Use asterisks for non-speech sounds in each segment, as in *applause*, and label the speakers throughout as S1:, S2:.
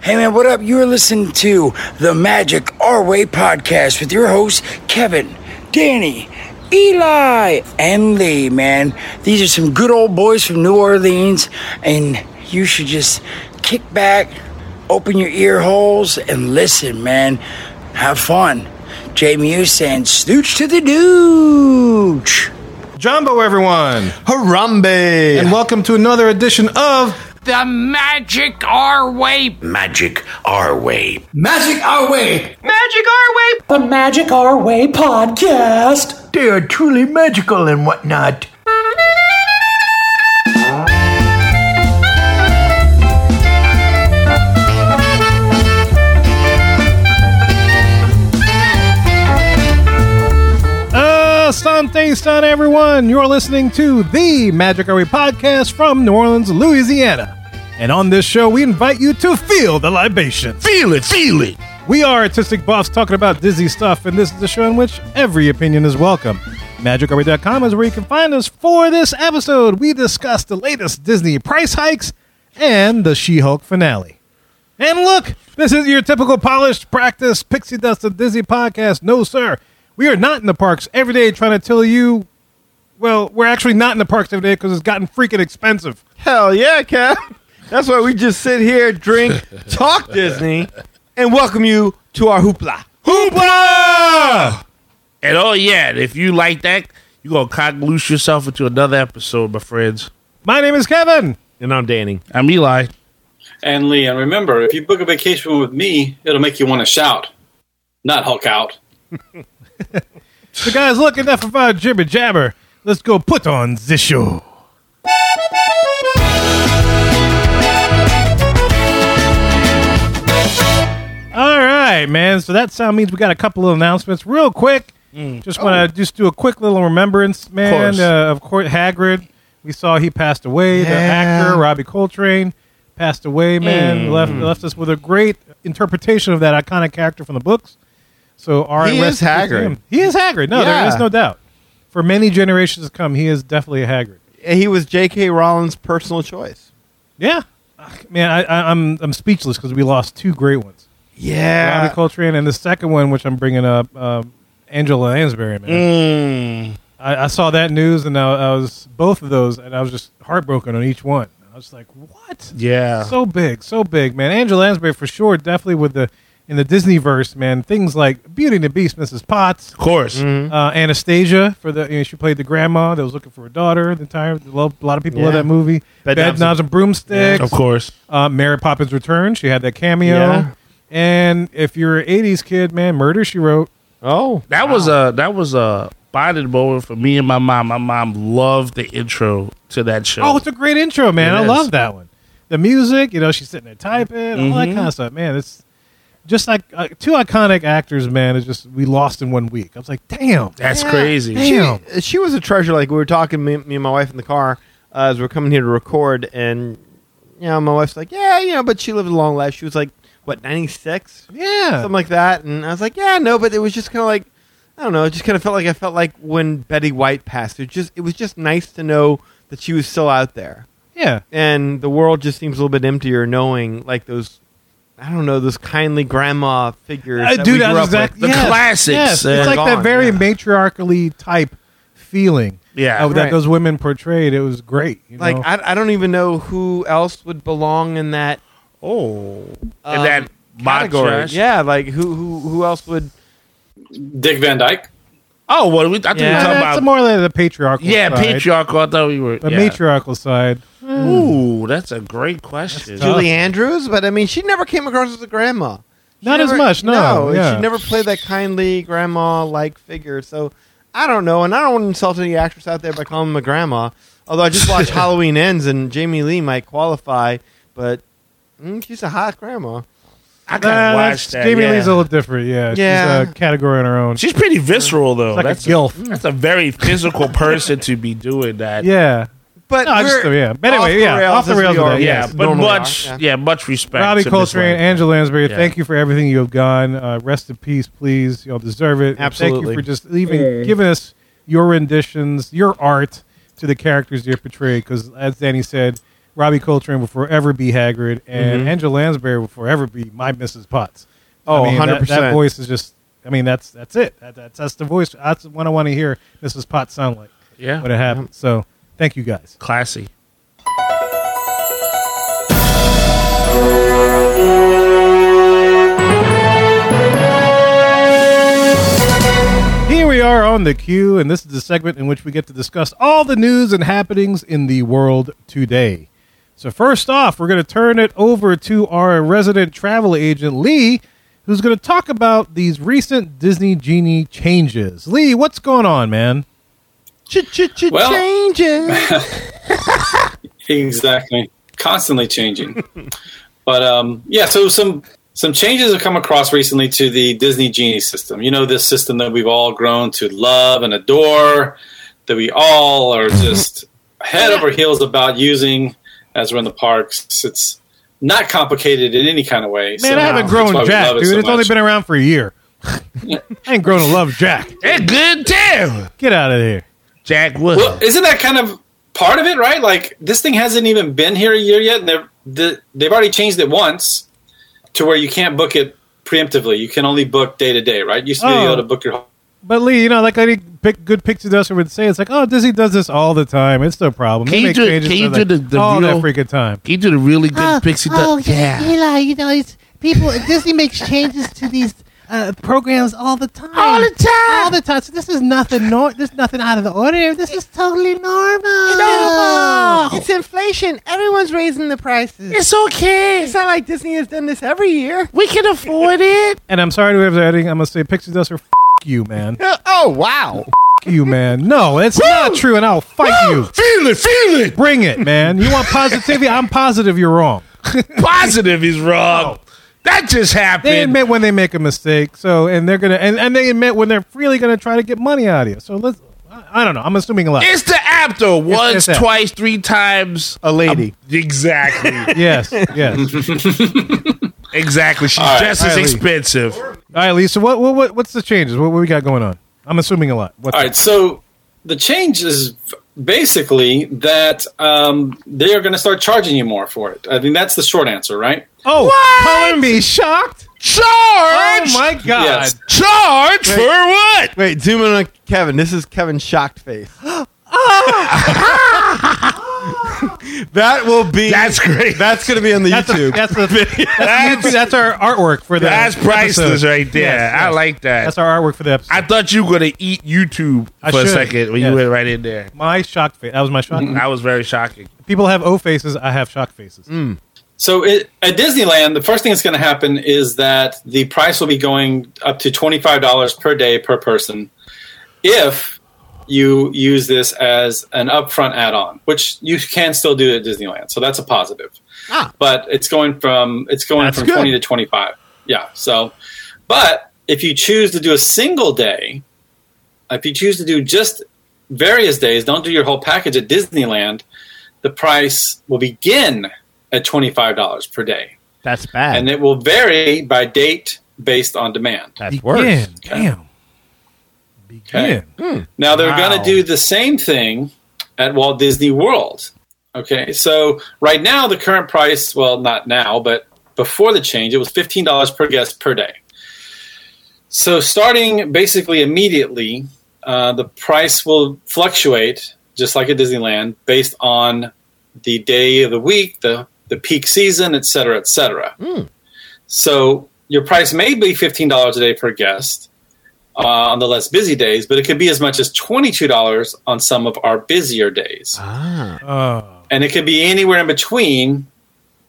S1: Hey man, what up? You're listening to the Magic Our Way podcast with your hosts, Kevin, Danny, Eli, and Lee, man. These are some good old boys from New Orleans, and you should just kick back, open your ear holes, and listen, man. Have fun. Jamie Hughes saying, Snooch to the Dooch.
S2: Jumbo, everyone,
S3: Harambe!
S2: and welcome to another edition of
S4: the magic our way.
S5: magic our way.
S6: The Magic Our Way podcast.
S7: They are truly magical and whatnot.
S2: uh, Something Stun, everyone. You're listening to the Magic Our Way podcast from New Orleans, Louisiana. And on this show, we invite you to feel the libations.
S5: Feel it, feel it.
S2: We are artistic buffs talking about dizzy stuff, and this is the show in which every opinion is welcome. MagicArway.com is where you can find us for this episode. We discuss the latest Disney price hikes and the She Hulk finale. And look, this is your typical polished practice pixie dust of Disney podcast. No, sir. We are not in the parks every day trying to tell you. Well, we're actually not in the parks every day because it's gotten freaking expensive.
S3: Hell yeah, Cap! That's why we just sit here, drink, talk Disney, and welcome you to our hoopla.
S2: Hoopla!
S5: And oh yeah, and if you like that, you gonna cock loose yourself into another episode, my friends.
S2: My name is Kevin.
S3: And I'm Danny.
S5: I'm Eli.
S8: And Lee, and remember, if you book a vacation with me, it'll make you want to shout, not Hulk out.
S2: So, guys, look enough of our jibber jabber. Let's go put on this show. All right, man. So that sound means we got a couple of announcements, real quick. Just want to just do a quick little remembrance, man.
S3: Mm. Oh. course.
S2: Uh, of course, Hagrid. We saw he passed away. The
S3: Yeah.
S2: actor Robbie Coltrane passed away,
S3: Mm.
S2: man. Left left us with a great interpretation of that iconic character from the books. So our
S3: He is Hagrid.
S2: He is Hagrid. No, there
S3: Yeah.
S2: is no doubt. For many generations to come, he is definitely a Hagrid.
S3: And he was J.K. Rowling's personal choice.
S2: Yeah, Ugh, Ah, man, I, I, I'm I'm speechless because we lost two great ones,
S3: Yeah.
S2: Robbie Coltrane, and the second one, which I'm bringing up, um, Angela Lansbury. Man,
S3: Mm.
S2: I, I saw that news, and I, I was both of those, and I was just heartbroken on each one. I was like, what?
S5: Yeah.
S2: so big, so big, man. Angela Lansbury for sure, definitely with the in the Disney verse, man. Things like Beauty and the Beast, Mrs. Potts,
S5: of course.
S2: uh, Anastasia for the you know, she played the grandma that was looking for her daughter. The entire a lot a lot of people love
S3: Yeah.
S2: that movie.
S3: Bed
S2: Bed,
S3: Knobs and-
S2: knobs and broomsticks.
S5: Of course.
S2: Uh, Mary Poppins Return. She had that cameo.
S3: Yeah.
S2: And if you're an '80s kid, man, Murder She Wrote.
S3: Oh.
S5: That was a that was a bonded moment for me and my mom. My mom loved the intro to that show.
S2: Oh, it's a great intro, man.
S5: It
S2: I
S5: is.
S2: love that one. The music, you know, she's sitting there typing, all that kind of stuff, man. It's just like uh, two iconic actors, man. It's just we lost in one week. I was like, damn,
S5: That's crazy.
S2: damn.
S3: She, she was a treasure. Like we were talking, me, me and my wife in the car uh, as we are coming here to record, and you know, my wife's like, "Yeah, you know," but she lived a long life. She was like, what, ninety six,
S2: yeah,
S3: something like that. And I was like, "Yeah, no," but it was just kind of like, I don't know. It just kind of felt like I felt like when Betty White passed. It just, it was just nice to know that she was still out there,
S2: yeah.
S3: and the world just seems a little bit emptier knowing like those. I don't know those kindly grandma figures.
S2: Uh,
S3: that
S2: dude,
S3: we
S2: that's
S3: grew up with.
S2: exactly
S5: The classics,
S2: Yes.
S5: uh,
S2: It's like
S3: gone,
S2: that very
S3: yeah.
S2: matriarchally type feeling
S5: Yeah.
S2: uh, that
S3: Right.
S2: those women portrayed. It was great. you
S3: Like
S2: know?
S3: I, I don't even know who else would belong in that
S5: Oh.
S3: um,
S5: and that mod
S3: category.
S5: trash.
S3: Yeah, like who who who else would?
S8: Dick Van Dyke.
S5: Oh well, we, I think
S2: Uh,
S3: Yeah.
S5: we were
S2: that's
S5: talking about
S2: more like the patriarchal.
S5: yeah
S2: side.
S5: patriarchal. I thought we were
S2: The
S5: yeah.
S2: matriarchal side.
S5: Ooh, that's a great question.
S2: tough.
S3: Julie Andrews, but I mean, she never came across as a grandma. She
S2: Not as
S3: never-
S2: much, no, yeah.
S3: she never played that kindly grandma-like figure. So I don't know, and I don't want to insult any actress out there by calling them a grandma. Although I
S2: *laughs*
S3: just watched Halloween Ends, and Jamie Lee might qualify, but mm, she's a hot grandma.
S5: I
S2: Nah,
S5: gotta watch
S2: that's-
S5: that.
S2: Jamie
S5: yeah.
S2: Lee's a little different. Yeah,
S3: Yeah.
S2: she's a category on her own.
S5: She's pretty visceral though.
S2: like a
S5: that's
S2: gilf.
S5: That's a very physical person to be doing that.
S2: yeah,
S3: But
S2: No, I just-
S3: we're
S2: yeah. But anyway,
S3: off the
S2: Oh, yeah,
S3: rails
S2: off the
S3: as we
S2: rails with
S3: are-
S2: that,
S5: Yeah,
S2: Yes,
S5: but
S3: normally
S5: much,
S3: are,
S5: yeah.
S3: yeah.
S5: much respect.
S2: Robbie
S5: to Miss
S2: Coltrane,
S5: Lane.
S2: Angela Lansbury,
S5: Yeah.
S2: thank you for everything you have done. Uh, rest in peace, please. Y'all deserve it. And Thank
S3: Absolutely.
S2: you for just even giving us your renditions, your art to the characters you're portrayed. Because as Danny said, Robbie Coltrane will forever be Hagrid, and
S5: Mm-hmm.
S2: Angela Lansbury will forever be my Mrs. Potts.
S3: Oh,
S2: I mean, that- That,
S3: 100%.
S2: voice is just. I mean, that's that's it. That, that's that's the voice. That's what I want to hear Mrs. Potts sound like
S5: Yeah.
S2: when it happens. So, thank you guys.
S5: Classy.
S2: Here we are on the queue, and this is the segment in which we get to discuss all the news and happenings in the world today. So, first off, we're going to turn it over to our resident travel agent, Lee, who's going to talk about these recent Disney Genie changes. Lee, what's going on, man? *laughs*
S8: Well-
S2: Oh
S3: Changes.
S8: Exactly. Constantly changing. *laughs* but um, yeah, so some some changes have come across recently to the Disney Genie system. You know, this system that we've all grown to love and adore, that we all
S2: *laughs*
S8: are just head over heels about using as we're in the parks. It's not complicated in any kind of way.
S2: Man, I haven't grown Jack, dude. it's only been around for a year. *laughs* I ain't grown to love Jack.
S5: It's good too.
S2: Get out of here.
S5: Jack Wood.
S8: Well, isn't that kind of part of it, right? Like this thing hasn't even been here a year yet, and they're, the, they've already changed it once to where you can't book it preemptively. You can only book day to day, right? You used to be
S2: Oh.
S8: able to book your.
S2: But Lee, you know, like any pic- good picture duster would say, it's like, oh, Disney does this all the time. It's no problem.
S5: Can
S2: They
S5: you
S2: make
S5: do-
S2: changes
S5: can you
S2: to
S5: do the- the
S2: all
S5: real-
S2: that freaking time.
S5: he did a really good pixie
S9: oh,
S5: dust. Yeah.
S9: Eli, you know, it's people. Disney makes changes to these uh, programs all the time. All the time. All the time. So this is nothing. Nor- this is nothing out of the ordinary. This is totally normal.
S3: Normal. It's inflation. Everyone's raising the prices.
S5: It's okay.
S3: not like Disney has done this every year.
S5: We can afford it.
S2: And I'm sorry to whoever's editing. I'm gonna say pixie duster. F- you, man. F-
S3: Oh wow!
S2: you, man. No, it's not true, and I'll fight you.
S5: *laughs* Feel it, feel it.
S2: Bring it, man. You want positivity? I'm positive you're wrong.
S5: Positive is wrong. That just
S2: Oh. They
S5: happened.
S2: admit when they make a mistake, so and they're gonna and, and they admit when they're really gonna try to get money out of you. So let's. I, I don't know. I'm assuming a lot.
S5: it's the app though.
S2: it's
S5: Once,
S2: that. Oh.
S5: twice, three times.
S3: A lady.
S2: *laughs*
S5: Exactly.
S2: Um, Yes, yes. All
S5: exactly. She's
S8: right.
S5: just as
S2: All right, Lee.
S5: expensive.
S2: right, Lisa. What what, what what's the changes? What, what we got going on? I'm assuming a lot. What's
S8: All right, so the change is basically that um, they are going to start charging you more for it. I think that's the short answer, right?
S2: Oh, Colin be shocked.
S5: Charge.
S2: Oh my God.
S8: Yes.
S5: Charge for what?
S3: Wait, zoom in on Kevin. This is Kevin's shocked
S2: *gasps*
S3: face.
S2: Ah!
S3: *laughs* that will be.
S5: That's great.
S3: That's gonna be on the
S2: That's, a,
S3: YouTube.
S2: that's, a, that's, that's our artwork for the
S5: That's priceless
S2: episode.
S5: right there.
S2: Yes,
S5: I
S2: yes.
S5: like that.
S2: That's our artwork for the episode.
S5: I thought you were gonna eat YouTube
S2: I
S5: for a
S2: should.
S5: second when
S2: Yes.
S5: you went right in there.
S2: my shock face. That was my shock.
S5: That was very shocking.
S2: People have O faces. I have shock faces.
S8: So it, at Disneyland, the first thing that's going to happen is that the price will be going up to twenty five dollars per day per person, if you use this as an upfront add on, which you can still do at Disneyland. So that's a positive. But it's going from it's going
S3: Ah. That's
S8: from
S3: good.
S8: twenty to twenty five. Yeah. So, but if you choose to do a single day, if you choose to do just various days, don't do your whole package at Disneyland. The price will begin at $25 per day.
S3: that's bad.
S8: And it will vary by date based on demand.
S3: that's worse.
S2: Begin. Damn. Begin.
S8: Now they're
S5: Wow.
S8: going to do the same thing at Walt Disney World. Okay, so right now the current price, well, not now, but before the change, it was fifteen dollars per guest per day. So starting basically immediately, uh, the price will fluctuate just like at Disneyland based on the day of the week, the the peak season, et cetera, et cetera. So your price may be fifteen dollars a day per guest, uh, on the less busy days, but it could be as much as $22 on some of our busier days.
S2: Oh.
S8: And it could be anywhere in between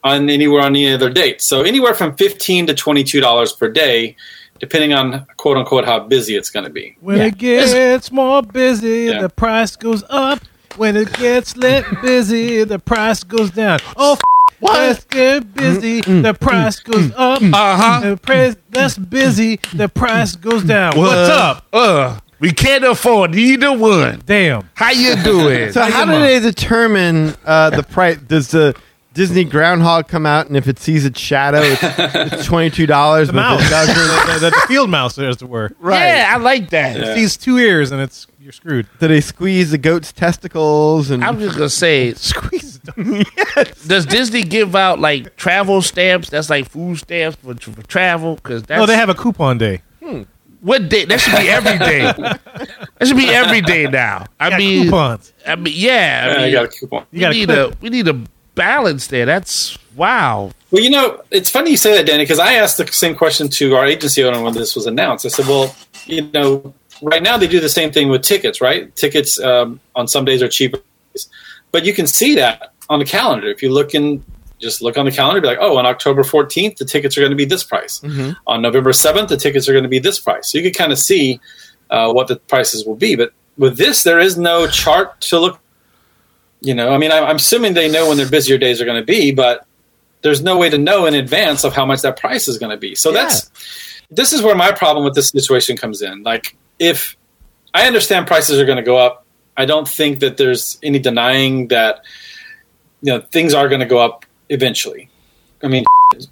S8: on anywhere on any other date. So anywhere from 15 to $22 per day, depending on quote unquote how busy it's going to be.
S2: When it gets more busy,
S8: Yeah.
S2: the price goes up. When it gets *laughs* lit busy, the price goes down. Oh, f- let's get busy, the price goes up.
S5: Uh-huh.
S2: The price less busy, the price goes down. What's up?
S5: Uh, we can't afford either one.
S2: Damn.
S5: How you
S2: *laughs*
S5: doing?
S3: So how do they determine uh, the *laughs* price? Does the Disney groundhog come out, and if it sees its shadow, it's,
S2: *laughs*
S3: it's twenty two dollars.
S2: The mouse, the, the- the field mouse, as it were.
S3: right?
S5: Yeah, I like that.
S8: Yeah.
S2: These two ears, and it's you're screwed. *laughs*
S3: Do they squeeze the goat's testicles? And
S5: I'm just gonna say,
S2: Squeeze.
S5: Does Disney give out like travel stamps? That's like food stamps for, for travel because that's
S2: No, Oh, they have a coupon day.
S5: what day? That should be every day. that should be every day now. I
S2: Got
S5: mean,
S2: coupons.
S5: I mean, yeah. I
S8: I
S5: mean,
S8: got a coupon.
S5: we
S2: got a
S5: need
S2: clip.
S5: a we need a balance there. That's wow.
S8: Well, you know, it's funny you say that, Danny, because I asked the same question to our agency owner when this was announced. I said, well, you know, right now they do the same thing with tickets, right? Tickets um, on some days are cheaper, but you can see that on the calendar. If you look in, just look on the calendar, be like, oh, on October 14th, the tickets are going to be this price. On November 7th, the tickets are going to be this price. So you can kind of see uh, what the prices will be. But with this, there is no chart to look. You know, I mean, I- I'm assuming they know when their busier days are going to be, but there's no way to know in advance of how much that price is going to be. So that's this is where my problem with this situation comes in. Like if I understand prices are going to go up, I don't think that there's any denying that you know things are going to go up eventually. I mean,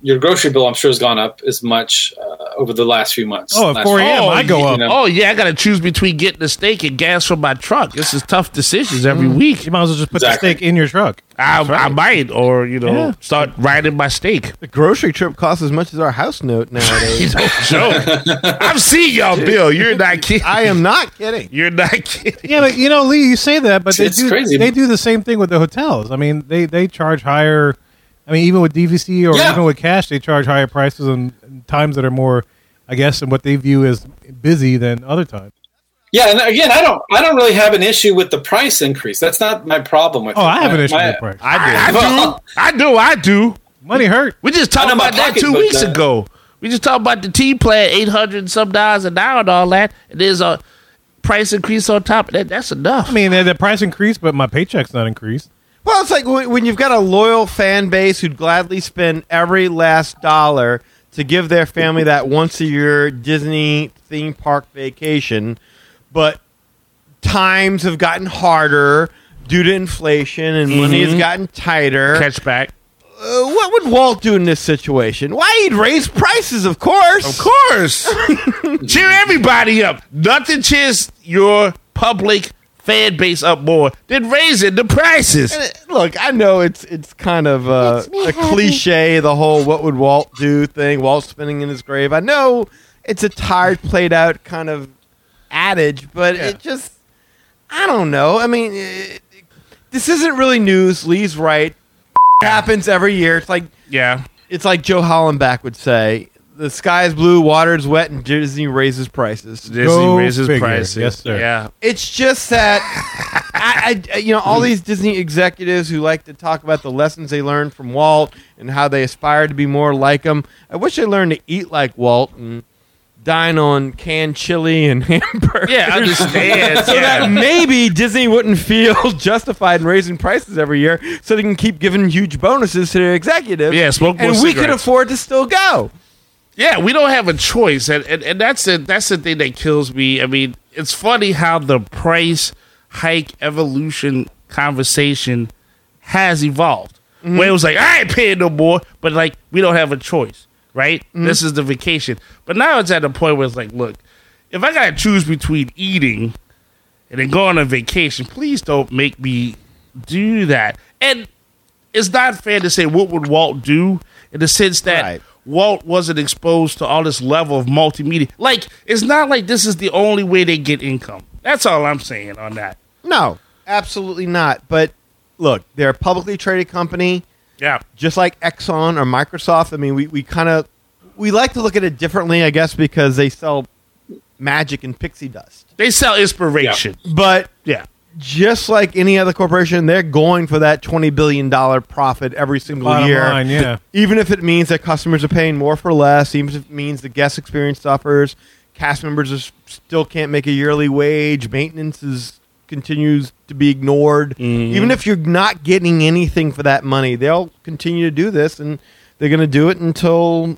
S8: your grocery bill, I'm sure, has gone up as much uh, over the last few months.
S2: Oh, at
S8: Last-
S2: 4 a.m.
S5: Oh,
S2: I go
S8: you
S2: up.
S8: know.
S5: Oh yeah, I got to choose between getting a steak and gas for my truck. This is tough decisions every week.
S2: You might as well just put
S8: Exactly.
S2: the steak in your
S8: *laughs*
S2: truck.
S5: I, I might, or you know,
S2: Yeah.
S5: start riding my steak.
S2: *laughs*
S3: The grocery trip costs as much as our house note nowadays.
S5: *laughs* He's no joke. I've seen y'all, Bill. You're not kidding.
S3: I am not kidding.
S5: You're not kidding.
S2: Yeah, but you know, Lee, you say that, but they
S8: It's
S2: do
S8: crazy.
S2: they do the same thing with the hotels. I mean, they they charge higher. I mean, even with DVC or
S8: Yeah.
S2: even with cash, they charge higher prices on times that are more, I guess, and what they view as busy than other times.
S8: Yeah, and again, I don't, I don't really have an issue with the price increase. That's not my problem with.
S2: Oh,
S8: it.
S2: I have an
S8: My-
S2: issue
S8: my-
S2: with price.
S5: I,
S8: *laughs*
S5: do. I do. I do.
S2: Money hurt.
S5: We just talked
S8: I know my
S5: about that two
S8: pocketbook
S5: weeks
S8: does.
S5: ago. We just talked about the tea plan, eight hundred and some dollars an hour and all that. And there's a price increase on top of that. That's enough.
S2: I mean, the, the price increased, but my paycheck's not increased.
S3: Well, it's like when, when you've got a loyal fan base who'd gladly spend every last dollar to give their family that once a year Disney theme park vacation, but times have gotten harder due to inflation and money has gotten tighter.
S5: catchback.
S3: Uh, what would Walt do in this situation? Why he'd raise prices, of course.
S5: Of *laughs* course. Cheer everybody up. Nothing cheers your public fan base up more than raising the prices.
S3: And it- Look, I know it's it's kind of uh, a cliche, the whole "what would Walt do" thing. Walt spinning in his grave. I know it's a tired, played out kind of adage, but it just I don't know. I mean, it, it- this isn't really news. Lee's right. *laughs* happens every year. It's like
S5: Yeah.
S3: it's like Joe Hollenbach would say: "The sky is blue, water is wet, and Disney raises prices."
S5: Disney
S2: Go
S5: raises
S2: figure.
S5: prices.
S2: Yes, sir.
S5: Yeah.
S3: It's just that I, I, you know, all these Disney executives who like to talk about the lessons they learned from Walt and how they aspire to be more like him. I wish they learned to eat like Walt and dine on canned chili and *laughs* hamburgers.
S5: Yeah, I *laughs* understand.
S3: So
S5: yeah.
S3: that maybe Disney wouldn't feel *laughs* justified in raising prices every year, so they can keep giving huge bonuses to their executives.
S5: Yeah, smoke more
S3: and we could
S5: cigarettes.
S3: afford to still go.
S5: Yeah, we don't have a choice, and and, and that's the that's the thing that kills me. I mean, it's funny how the price hike evolution conversation has evolved. Where it was like, I ain't paying no more, but like we don't have a choice, right? This is the vacation. But now it's at a point where it's like, look, if I gotta choose between eating and then going on vacation, please don't make me do that. And it's not fair to say what would Walt do in the sense that
S3: Right.
S5: Walt wasn't exposed to all this level of multimedia. Like, it's not like this is the only way they get income. That's all I'm saying on that.
S3: No, absolutely not. But look, they're a publicly traded company.
S5: Yeah.
S3: just like Exxon or Microsoft. I mean, we, we kind of we like to look at it differently, I guess, because they sell magic and pixie dust.
S5: They sell inspiration.
S3: But
S5: Yeah.
S3: just like any other corporation, they're going for that twenty billion dollar profit every single
S2: Bottom
S3: year.
S2: line, yeah.
S3: Even if it means that customers are paying more for less, even if it means the guest experience suffers, cast members are, s- still can't make a yearly wage, maintenance is continues to be ignored.
S2: Mm-hmm.
S3: Even if you're not getting anything for that money, they'll continue to do this, and they're going to do it until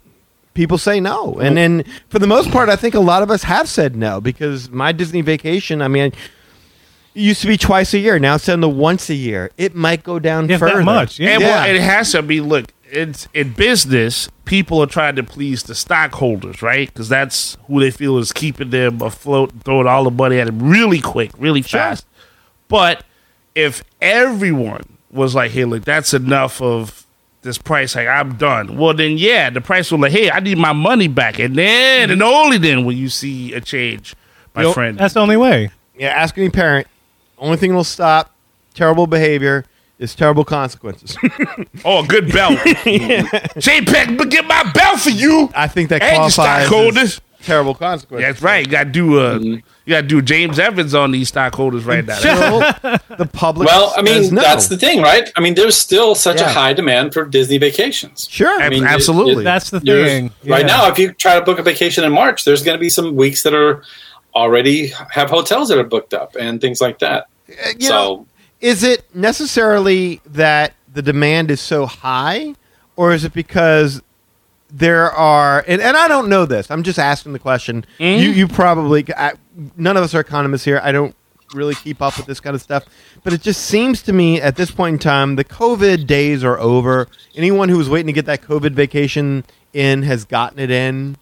S3: people say no. And then, for the most part, I think a lot of us have said no because my Disney vacation. I mean. It used to be twice a year. Now it's down to once a year. It might go down
S2: If
S3: further.
S2: that much. Yeah.
S5: And well,
S3: Yeah.
S5: it has to be. Look, it's in business. People are trying to please the stockholders, right? Because that's who they feel is keeping them afloat, throwing all the money at them really quick, really fast. But if everyone was like, hey, look, that's enough of this price hike. I'm done. Well, then, yeah, the price was like, hey, I need my money back. And then, and only then, will you see a change, my
S2: Mm-hmm. Yo,
S5: friend.
S2: That's the only way.
S3: Yeah, ask any parent. Only thing that'll stop terrible behavior is terrible consequences. *laughs*
S5: Oh, a
S2: *laughs*
S5: good belt. JPEG, but get my belt for you.
S3: I think that
S5: And you
S3: qualifies.
S5: stockholders.
S3: as Terrible consequences.
S5: That's right. You got to do a, you got to do James Evans on these stockholders right now. *laughs*
S3: Well, the public.
S8: Well, I
S3: says
S8: mean,
S3: no.
S8: that's the thing, right? I mean, there's still such
S3: Yeah.
S8: a high demand for Disney vacations.
S3: sure.
S8: *laughs* I mean, it-
S5: Absolutely.
S8: it-
S2: That's the
S8: you're-
S2: thing.
S8: Right
S2: Yeah.
S8: now, if you try to book a vacation in March, there's going to be some weeks that are already have hotels that are booked up and things like that.
S3: Uh, you
S8: so,
S3: know- is it necessarily that the demand is so high, or is it because there are and, and I don't know this. I'm just asking the question. You you probably I, none of us are economists here. I don't really keep up with this kind of stuff, but it just seems to me at this point in time the COVID days are over. Anyone who was waiting to get that COVID vacation in has gotten it in.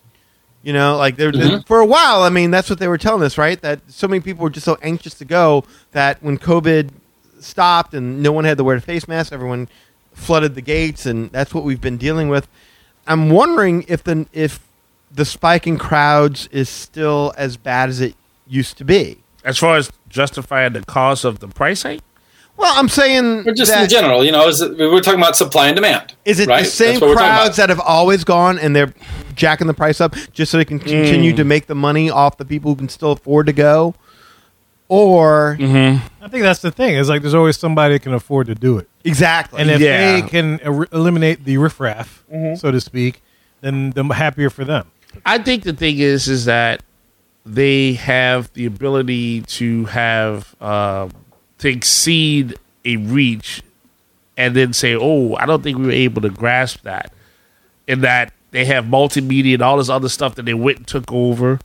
S3: You know, like they're,
S8: Mm-hmm.
S3: they're- for a while. I mean, that's what they were telling us, right? That so many people were just so anxious to go that when COVID stopped and no one had to wear a face mask, everyone flooded the gates, and that's what we've been dealing with. I'm wondering if the if the spike in crowds is still as bad as it used to be.
S5: As far as justifying the cost of the price hike,
S3: Well, I'm saying
S8: or just
S3: that-
S8: in general, you know, is it, we're talking about supply and demand.
S3: Is it
S8: right?
S3: the
S8: That's
S3: same
S8: what we're talking
S3: crowds that
S8: about.
S3: have always gone and they're jacking the price up just so they can continue
S8: Mm.
S3: to make the money off the people who can still afford to go? Or
S8: Mm-hmm.
S2: I think that's the thing. Is like there's always somebody that can afford to do it,
S3: exactly.
S2: and if
S5: Yeah.
S2: they can er- eliminate the riffraff,
S5: Mm-hmm.
S2: so to speak, then the happier for them.
S5: I think the thing is, is that they have the ability to have uh, to exceed a reach, and then say, "Oh, I don't think we were able to grasp that." In that they have multimedia and all this other stuff that they went and took over,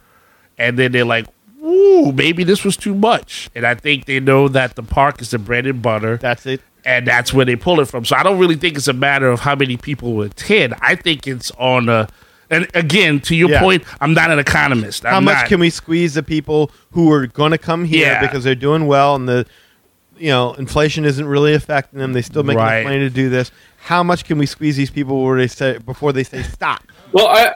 S5: and then they're like, "Ooh, maybe this was too much." And I think they know that the park is the bread and butter.
S3: that's it.
S5: and that's where they pull it from. So I don't really think it's a matter of how many people will attend. I think it's on a, and again, to your
S3: Yeah.
S5: point, I'm not an economist.
S3: How
S5: I'm
S3: much
S5: not.
S3: can we squeeze the people who are going to come here
S5: Yeah.
S3: because they're doing well and the you know inflation isn't really affecting them? They still make
S5: Right.
S3: enough money to do this. How much can we squeeze these people where they say before they say stop?
S8: Well, I,